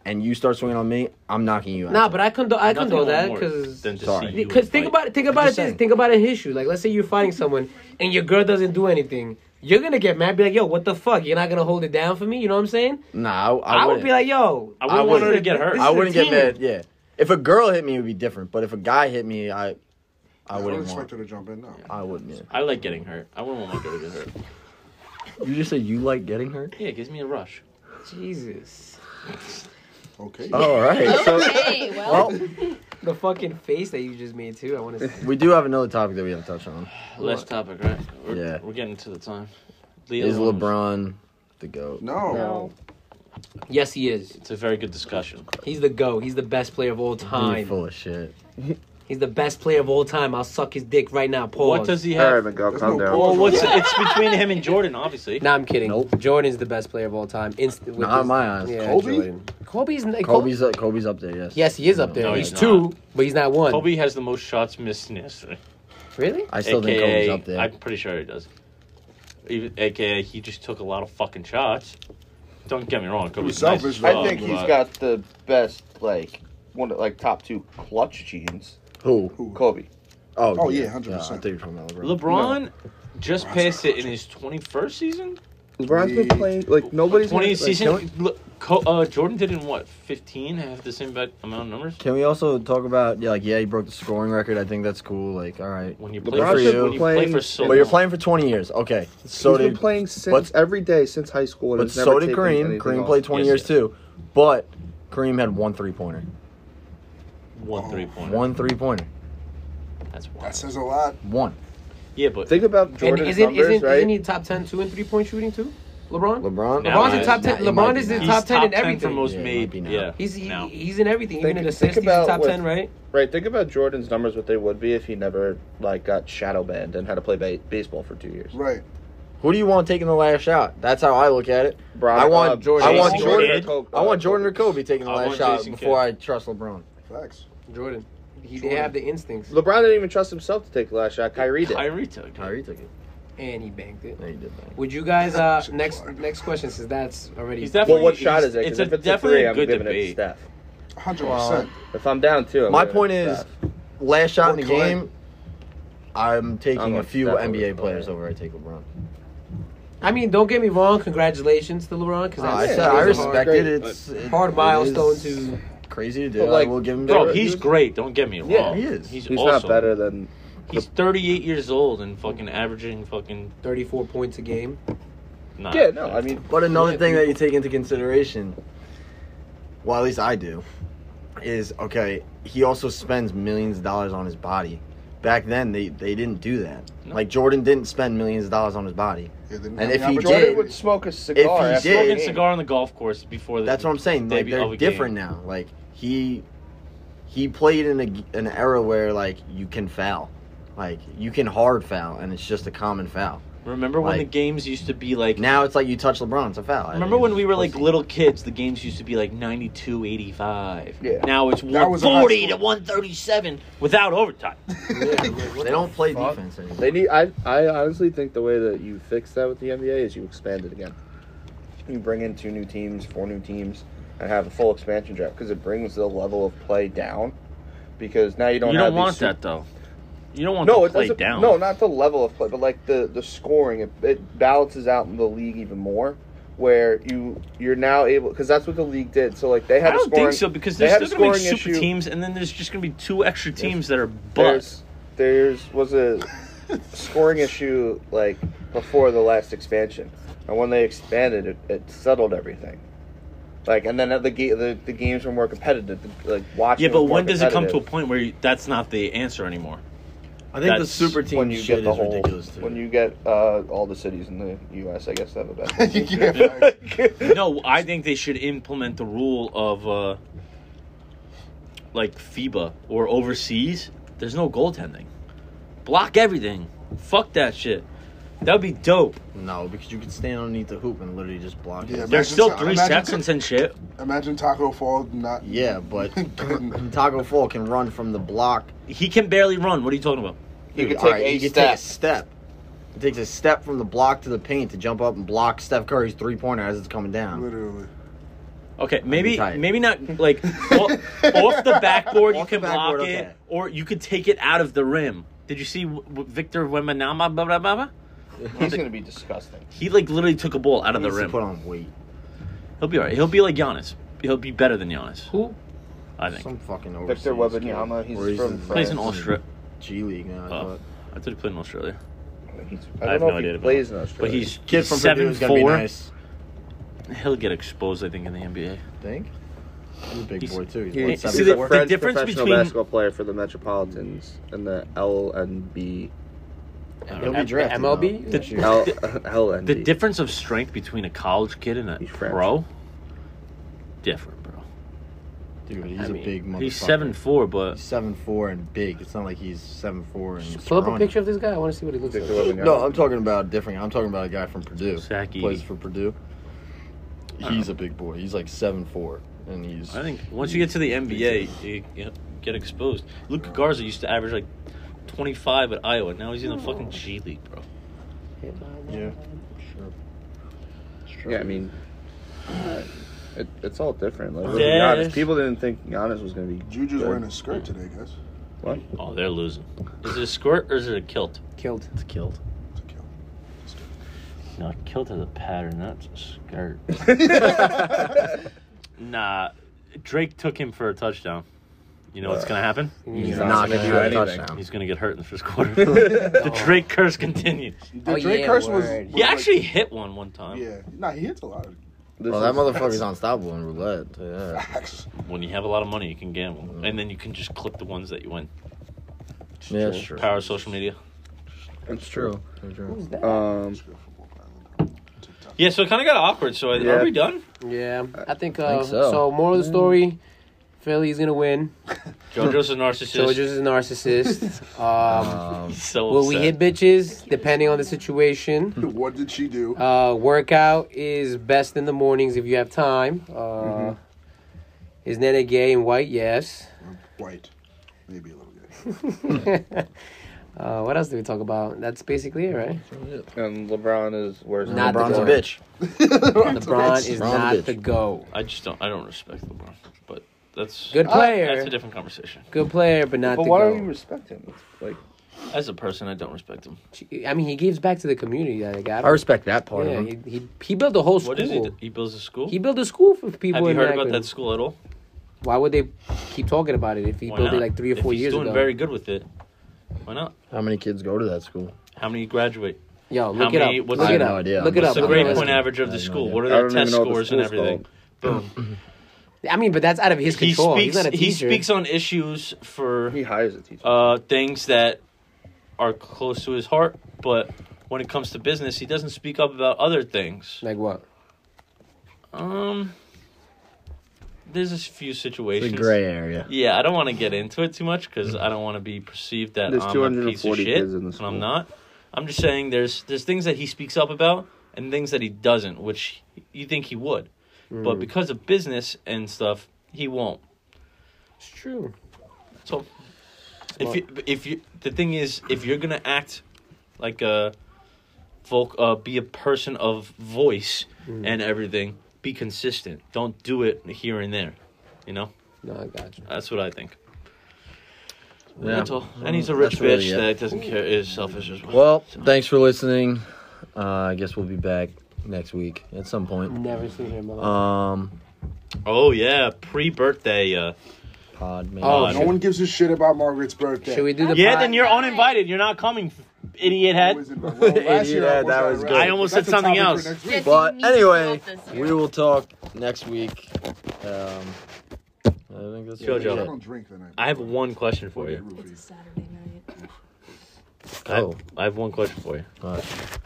S3: and you start swinging on me, I'm knocking you out.
S2: Nah, but I condone I
S1: Nothing
S2: condone that
S1: more
S2: because
S1: than to
S3: Sorry.
S1: see you
S2: Because
S1: in
S2: think
S1: fight.
S2: about it. Think about it.
S3: just
S2: This,
S3: saying.
S2: think about an issue. Like, let's say you're fighting someone and your girl doesn't do anything. You're gonna get mad. Be like, yo, what the fuck? You're not gonna hold it down for me. You know what I'm saying?
S3: nah, I,
S2: I,
S3: I,
S2: would be like, yo,
S1: I wouldn't want her to get hurt.
S2: this is
S3: I
S2: a
S3: wouldn't get
S2: team.
S3: mad. Yeah, if a girl hit me, it would be different. But if a guy hit me, I I
S6: I would
S3: wouldn't
S6: expect
S3: want.
S6: her to jump in. No.
S3: I wouldn't. Yeah.
S1: I like getting hurt. I wouldn't want my girl to get hurt.
S3: You just said you like getting hurt.
S1: Yeah, it gives me a rush.
S2: Jesus,
S6: Okay.
S3: Oh, All right. So
S5: Hey, well,
S3: well,
S2: the fucking face that you just made too. I want to. see.
S3: we do have another topic that we haven't touched on.
S1: Last topic, right? We're,
S3: Yeah.
S1: We're getting to the time. The
S3: Is
S1: other one was-
S3: LeBron the goat?
S6: No.
S5: no.
S2: Yes, he is.
S1: It's a very good discussion.
S2: He's the go. He's the best player of all
S3: You're
S2: time.
S3: full of shit.
S2: He's the best player of all time. I'll suck his dick right now. Pause.
S1: What does he
S4: All right,
S1: have?
S4: Miguel,
S6: There's
S4: calm
S6: no
S4: down.
S6: ball.
S1: Well, what's it's between him and Jordan, obviously.
S2: Nah, I'm kidding.
S3: Nope.
S2: Jordan's the best player of all time. Inst- with
S3: Not
S2: his-
S3: my eyes.
S2: Yeah,
S6: Kobe?
S2: Jordan. Kobe's Kobe's.
S3: Kobe's up, Kobe's up there. Yes.
S2: Yes, he is up there.
S1: No,
S2: he's,
S1: he's
S2: two,
S1: not.
S2: but he's not one.
S1: Kobe has the most shots missed in history.
S2: Really?
S3: I still think Kobe's up there.
S1: I'm pretty sure he does. Even, AKA, he just took a lot of fucking shots. Don't get me wrong. Kobe's
S6: was
S1: a nice
S6: selfish,
S1: dog,
S6: though.
S4: I think he's
S1: but-
S4: got the best, like one, of, like top two clutch genes.
S3: Who?
S4: Kobe.
S3: Oh,
S6: Oh, yeah, 100%.
S3: I think you're talking about LeBron.
S1: LeBron just passed it in his 21st season.
S4: LeBron's been
S6: Yeah.
S4: playing like nobody's.
S1: 20th
S4: like,
S1: season.
S4: Can we,
S1: Look, Co- uh, Jordan did in what 15 have the same bet- amount of numbers.
S3: Can we also talk about yeah, like yeah, he broke the scoring record. I think that's cool. Like, all right,
S1: When you
S4: LeBron's
S1: play for,
S4: been
S1: when you play
S4: playing-
S1: for so
S3: but you're
S1: long.
S3: playing for 20 years. Okay, so
S4: he's been
S3: did
S4: playing since
S3: but-
S4: every day since high school. And
S3: but
S4: has never
S3: so did
S4: taken
S3: Kareem.
S4: anything
S3: Kareem
S4: off.
S3: played 20
S1: Yes,
S3: years
S1: yes.
S3: too, but Kareem had one three pointer.
S1: one three pointer.
S3: One three pointer.
S1: That's one.
S6: That says a lot.
S3: One.
S1: Yeah, but
S4: Think about
S2: And
S4: Jordan's
S2: isn't
S4: numbers,
S2: isn't
S4: right?
S2: isn't he top ten two and three point shooting too? LeBron.
S3: LeBron.
S1: Now
S2: LeBron's
S1: he
S2: in
S1: is.
S2: top ten.
S3: He might
S2: LeBron
S3: be
S2: is in
S3: now.
S1: he's
S2: top ten in
S1: for
S2: everything.
S1: most
S3: Yeah, he might
S1: made.
S3: be now.
S1: Yeah,
S2: He's he,
S1: now.
S2: he's in everything,
S4: Think-
S2: even in assists.
S4: think
S2: He's in
S4: about
S2: top
S4: what-
S2: ten, right?
S4: Right. Think about Jordan's numbers, what they would be if he never like got shadow banned and had to play ba- baseball for two years.
S6: Right.
S3: Who do you want taking the last shot? That's how I look at it.
S4: Bron-
S3: I want
S4: uh,
S3: Jordan. I
S4: Jason
S3: want
S1: Jason
S3: Jordan.
S1: Kidd.
S4: Kobe-
S3: I want Jordan or Kobe taking the
S1: I
S3: last
S1: want
S3: shot
S1: Jason
S3: before
S1: Kidd.
S3: I trust LeBron.
S6: Facts.
S2: Jordan. He
S6: Jordan.
S2: have the instincts,
S4: LeBron didn't even trust himself to take the last shot. Kyrie did.
S1: Kyrie took it.
S3: Kyrie took it.
S2: and he banked it.
S3: No, you did that.
S2: Would you guys? Uh,
S6: Shit,
S2: next
S6: sorry.
S2: next question, since that's already.
S1: He's definitely.
S4: Well, what shot
S1: he's-
S4: is it? 'Cause
S1: It's,
S4: if
S1: a,
S4: it's a
S1: definitely
S4: three,
S1: a
S4: I'm
S1: good
S4: giving
S1: debate.
S4: it to Steph.
S6: 100%.
S4: If I'm down two, I'm
S3: My
S4: giving it
S3: point
S4: to
S3: is,
S4: Steph.
S3: last shot in
S6: Or
S3: the
S6: Clay.
S3: game. I'm taking
S4: I'm
S3: a
S4: like
S3: few
S4: Steph
S3: NBA
S4: over
S3: players
S4: LeBron.
S3: over. I take LeBron.
S2: I mean, don't get me wrong. Congratulations to LeBron because
S3: Oh, I
S4: Yeah,
S3: said I
S4: it is a
S3: respect
S4: hard
S3: it.
S4: grade,
S3: It's it-
S2: hard
S3: it
S2: milestone
S3: is
S2: to.
S3: crazy to do.
S4: But,
S3: Like,
S4: like,
S3: we'll give him.
S4: bro,
S1: Bro,
S3: that.
S4: he
S1: he's
S4: was-
S1: great. Don't get me wrong.
S4: Yeah,
S3: he is.
S1: He's,
S4: He's
S1: awesome.
S4: not better than
S1: He's 38 years old and fucking averaging fucking.
S2: 34 points a game.
S1: Nah,
S4: yeah. No, I mean,
S3: But another
S2: Yeah.
S3: thing that you take into consideration, well, at least I do, is okay. He also spends millions of dollars on his body. Back then, they they didn't do that.
S1: No.
S3: Like Jordan didn't spend millions of dollars on his body.
S6: Yeah, they didn't
S3: And
S6: have
S3: if
S6: the
S3: he
S6: opportunity.
S3: did-
S4: Jordan would smoke a cigar.
S3: he
S4: after
S3: did-
S4: a
S1: Smoking
S4: game.
S1: cigar on the golf course before. The,
S3: That's what I'm saying. Like
S1: Debut of
S3: they're
S1: a game.
S3: different now. Like he he played in a, an era where like you can foul, like you can hard foul, and it's just a common foul.
S1: Remember when the
S3: Like-
S1: games used to be like.
S3: Now it's like you touch LeBron, it's a foul. I
S1: Remember
S3: mean,
S1: when we were like
S3: pussy.
S1: little kids, the games used to be like 92, 85.
S4: Yeah.
S1: Now it's
S6: That was high
S1: 140 to
S6: school.
S1: 137 without overtime.
S3: They don't play
S4: fuck?
S3: defense anymore.
S4: They need. I I honestly think the way that you fix that with the NBA is you expand it again. You bring in two new teams, four new teams, and have a full expansion draft because it brings the level of play down. Because now you don't.
S1: you
S4: have
S1: don't
S4: these
S1: want
S4: super-
S1: that though. You don't want
S4: No,
S1: to
S4: it
S1: play
S4: doesn't-
S1: down.
S4: No, not the level of play, but like the the scoring. It, it balances out in the league even more. Where you you're now able because that's what the league did. So like they
S1: I
S4: had. a
S1: don't
S4: scoring,
S1: think so because
S4: they
S1: there's
S4: had a
S1: still gonna be
S4: scoring
S1: super
S4: issue.
S1: teams, and then there's just gonna be two extra teams that are bust.
S4: There's there's was a scoring issue like before the last expansion, and when they expanded, it, it settled everything. Like and then the ga- the, the games were more competitive. The, like watching.
S1: Yeah, but
S4: was more
S1: when does it come to a
S4: competitive
S1: point where you, that's not the answer anymore?
S3: I think the
S1: That's
S3: super team
S4: when you
S3: shit
S4: get the
S3: is
S4: whole
S3: ridiculous too.
S4: when you get uh, all the cities in the U.S. I guess that have a basketball team.
S6: Yeah, facts.
S1: No, I think they should implement the rule of uh, like FIBA or overseas. There's no goaltending. Block everything. Fuck that shit. That would be dope.
S3: no, because you could stand underneath the hoop and literally just block
S6: Yeah,
S3: it.
S6: man.
S1: There's still
S6: Imagine-
S1: three
S6: imagine-
S1: seconds and shit.
S6: Imagine Taco Fall not.
S3: Yeah, but Taco Fall can run from the block.
S1: He can barely run. What are you talking about?
S4: You could
S3: all
S4: take a
S3: he could
S4: step.
S3: take a step. He takes a step from the block to the paint to jump up and block Steph Curry's three pointer as it's coming down.
S6: Literally.
S1: Okay, maybe
S3: tight.
S1: maybe not like o- off the backboard you
S3: Off the
S1: can block
S3: backboard,
S1: it,
S3: okay.
S1: or you could take it out of the rim. Did you see w- w- Victor Wembanyama? Blah, blah, blah, blah?
S4: He's gonna be disgusting.
S1: He like literally took a ball out of
S3: He
S1: the
S3: needs to
S1: rim.
S3: put on weight.
S1: He'll be alright. He'll be like Giannis. He'll be better than Giannis.
S2: Who?
S1: I think.
S3: Some fucking overseas
S4: Victor
S3: kid.
S4: Wembanyama, he's
S3: Or
S4: from
S3: in
S1: Plays in
S4: France.
S1: Australia.
S3: G League now. I
S1: Oh.
S3: thought.
S1: I thought he played in Australia,
S4: He's,
S1: I
S4: I
S1: have
S4: don't know
S1: no
S4: if
S1: idea
S4: he
S1: about
S4: plays in
S1: but
S4: Australia.
S1: he's
S3: Kid from Purdue
S1: seven
S3: is gonna be
S1: four.
S3: nice.
S1: He'll get exposed, I think, in the NBA.
S3: Think. He's a big
S1: He's-
S3: boy too. He's
S4: He-
S3: like
S1: You
S4: He's,
S1: see
S3: seven
S1: the-
S4: a
S3: four.
S1: the
S4: French
S1: difference
S4: professional
S1: between-
S4: basketball player for the Metropolitans and the LNB.
S3: He'll be
S2: M-
S3: drafted.
S2: MLB?
S3: though,
S2: The-
S3: next year.
S4: L- LNB.
S1: The difference of strength between a college kid and a
S4: He's French.
S1: pro, different, bro.
S3: Dude, he's
S2: I
S3: a
S2: mean,
S3: big motherfucker.
S1: He's seven four, but
S3: He's seven four and big. It's not like he's seven four and.
S2: Pull up a
S3: scrawny.
S2: picture of this guy. I want to see what he looks
S4: Victor
S2: like.
S4: Wembanyama.
S3: No, I'm talking about different. I'm talking about a guy from Purdue.
S1: Zach Eady.
S3: Plays for Purdue. He's a big boy. He's like seven four, and he's.
S1: I think once you get to the NBA, you, you get exposed. Luca Garza used to average like 25 at Iowa. Now he's in the fucking G League, bro.
S3: Yeah. Sure.
S4: Yeah, I mean, uh, It, it's all different. Like,
S1: Yeah.
S4: Giannis, people didn't think Giannis was gonna be
S6: Juju's
S4: good.
S6: wearing a skirt today, guys.
S4: What?
S1: Oh, they're losing. Is it a skirt or is it a kilt?
S2: Killed.
S1: It's a kilt.
S6: It's a kill.
S1: No, a kilt is a pattern. That's a skirt. nah, Drake took him for a touchdown. You know what's gonna happen?
S3: He's
S2: Yeah.
S3: not gonna do
S4: gonna
S3: a
S4: do anything.
S3: touchdown.
S1: He's gonna get hurt in the first quarter. the Drake curse continues.
S6: The
S2: Oh,
S6: Drake
S2: yeah,
S6: curse was,
S2: word.
S6: was
S1: He
S6: like-
S1: actually hit one one time.
S6: yeah. Nah, he hits a lot of
S4: This
S3: Well, that
S4: is-
S3: motherfucker's unstoppable in roulette. Yeah.
S6: facts.
S1: When you have a lot of money, you can gamble,
S6: Mm.
S1: and then you can just click the ones that you win.
S3: Yeah, it's true.
S1: Power of social media.
S4: It's true.
S3: It's true.
S4: Um,
S1: Yeah, so it kind of got awkward. So
S4: Yeah.
S1: are we done?
S2: Yeah, I think, uh,
S3: think so.
S2: so. Moral of the story: Philly's gonna win. Hmm.
S1: JoJo's a narcissist.
S2: Soldiers is a narcissist. Um,
S3: Um,
S1: He's so
S2: will we
S1: upset.
S2: hit bitches depending on the situation?
S6: What did she do?
S2: Uh, workout is best in the mornings if you have time. Uh,
S3: Mm-hmm.
S2: Is Nene gay and white? Yes.
S6: White. Maybe a little bit.
S2: Uh, what else did we talk about? That's basically it, right?
S4: and LeBron is where's
S2: Not the
S3: LeBron's a
S2: goat.
S3: bitch.
S2: LeBron is
S3: LeBron's
S2: not
S3: bitch.
S2: the go.
S1: I just don't. I don't respect LeBron, but that's
S2: Good player.
S1: That's a different conversation.
S2: Good player, but not
S4: But
S2: the
S4: why
S2: go.
S4: don't you respect him? It's like
S1: As a person, I don't respect him.
S2: I mean, he gives back to the community that he got.
S3: I respect that part
S2: yeah,
S3: of him.
S2: he, he he built a whole school.
S1: What is he? do? He builds a school.
S2: He built a school for people.
S1: Have you
S2: in
S1: heard about
S2: Akron.
S1: that school at all?
S2: Why would they keep talking about it if he
S1: Why
S2: built it
S1: not?
S2: like three or
S1: If
S2: four
S1: he's
S2: years
S1: doing
S2: ago?
S1: very good with it. Why not?
S3: How many kids go to that school?
S1: How many graduate?
S2: Yo, look
S1: many-
S2: it up.
S1: what's
S2: look
S1: the-
S2: it
S3: I
S2: up.
S3: have no idea.
S2: Look it up.
S3: What's
S1: What's the
S2: Look
S1: grade
S2: it up.
S1: point average of
S3: I
S1: the
S3: have no
S1: school?
S3: idea.
S1: What are
S4: I
S1: their
S4: don't
S1: test
S4: even know what the
S1: scores and
S4: school's
S1: everything? Boom.
S2: I mean, but that's out of his
S1: He
S2: control.
S1: speaks.
S2: He's not a
S1: He
S2: teacher.
S1: speaks on issues for
S4: he hires a teacher.
S1: uh, things that are close to his heart, but when it comes to business, he doesn't speak up about other things.
S2: like what?
S1: Um, there's a few
S3: It's
S1: situations.
S3: a gray area.
S1: Yeah, I don't want to get into it too much because I don't want to be perceived that
S4: There's
S1: I'm a piece of
S4: 240
S1: shit,
S4: kids in the
S1: and
S4: school.
S1: I'm not. I'm just saying there's there's things that he speaks up about and things that he doesn't, which you think he would,
S4: Mm.
S1: but because of business and stuff, he won't.
S2: It's true.
S1: So, if you, if you the thing is, if you're gonna act like a folk, uh, be a person of voice
S4: Mm.
S1: and everything, be consistent. Don't do it here and there. You know,
S2: No, I got you.
S1: that's what I think.
S3: Yeah. Mm,
S1: That's all. And he's a rich
S3: That's really
S1: bitch
S3: it.
S1: that doesn't care is selfish as well.
S3: Well, thanks for listening. Uh, I guess we'll be back next week at some point.
S2: Never seen him.
S3: Um,
S1: Oh yeah, pre-birthday. Uh,
S3: pod maybe.
S2: Oh,
S1: Uh,
S6: No one gives a shit about Margaret's birthday.
S2: Should we do the
S1: yeah,
S2: pod-
S1: then you're uninvited. You're not coming, idiot
S6: Well,
S1: head.
S6: last year I
S3: Yeah, that was
S6: out,
S3: good.
S1: I almost
S6: That's
S1: said
S6: a
S1: something
S6: topic
S1: else.
S6: for next week.
S5: Jesse
S3: But
S5: needs to
S3: anyway,
S5: vote this year.
S3: we will talk next week. Um, I think that's
S1: Jojo.
S3: really
S6: I
S3: it.
S6: don't drink the night.
S1: I have one question for you.
S5: It's a Saturday night.
S1: I have,
S3: Oh.
S1: I have one question for you.
S3: All right.